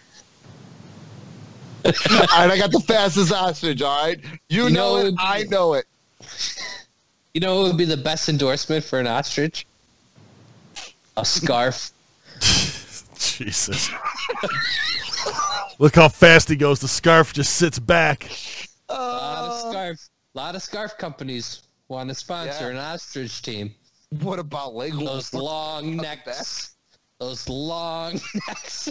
B: all right, I got the fastest ostrich. All right, you,
C: You
B: know,
C: know
B: it.
C: it-
B: I know it.
C: You know what would be the best endorsement for an ostrich? A scarf.
A: Jesus. Look how fast he goes. The scarf just sits back.
C: A lot
B: Oh.
C: of scarf. A lot of scarf companies want to sponsor
B: Yeah.
C: an ostrich team.
B: What about leg
C: Those
B: wolf?
C: long
B: Fuck
C: necks. Those long necks.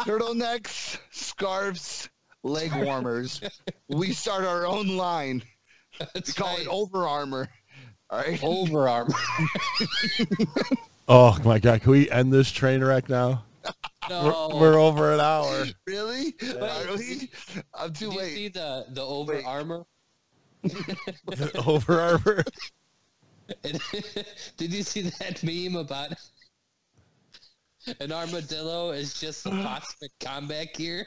B: turtlenecks, scarves, leg warmers? we start our own line. We
C: That's
B: call it Over Armor. All right.
C: overarm.
A: Oh my god, can we end this train wreck now?
C: no.
B: Oh.
A: We're, we're over an hour.
B: Really? Are we? I'm too
C: Did you see
B: late.
C: the, the over armor?
A: over Arbor.
C: And did you see that meme about an armadillo is just a cosmic combat gear?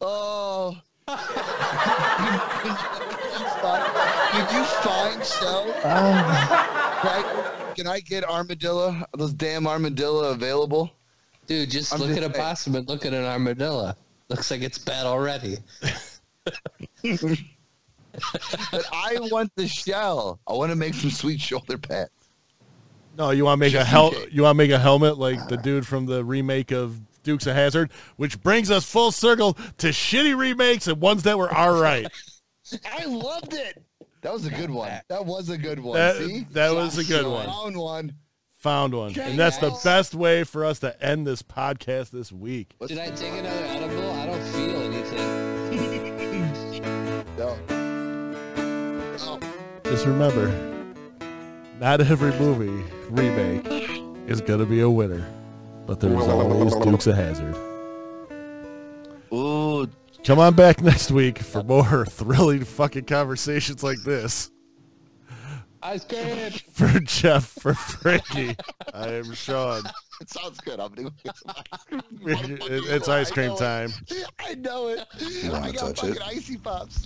B: Oh. Did you find so? Right? Can I get armadillo? Are those damn armadillo available?
C: Dude, just
B: I'm
C: look
B: just
C: at a
B: saying.
C: possum and look at an armadillo. Looks like it's bad already.
B: But I want the shell. I want to make some sweet shoulder pads.
A: No, you want to make a
B: Just in
A: hel-
B: case.
A: you want to make a helmet like the dude from the remake of Dukes of Hazard, which brings us full circle to shitty remakes and ones that were all right.
B: I loved it. That was a good one. That was a good one. See?
A: that that was a good
B: I
A: one.
B: found one.
A: Found one, and that's the best way for us to end this podcast this week.
C: Did I take another edible? I don't feel anything.
B: No.
A: Just remember, not every movie remake is gonna be a winner, but there's always Dukes of Hazard.
B: Oh. Ooh,
A: Come on back next week for more thrilling fucking conversations like this.
C: Ice cream.
A: For Jeff, for Frankie, I am Sean.
B: it sounds good. I'm doing
A: It- it's ice cream time.
B: I know it.
D: wanna
B: I got
D: touch
B: fucking
D: it?
B: icy pops.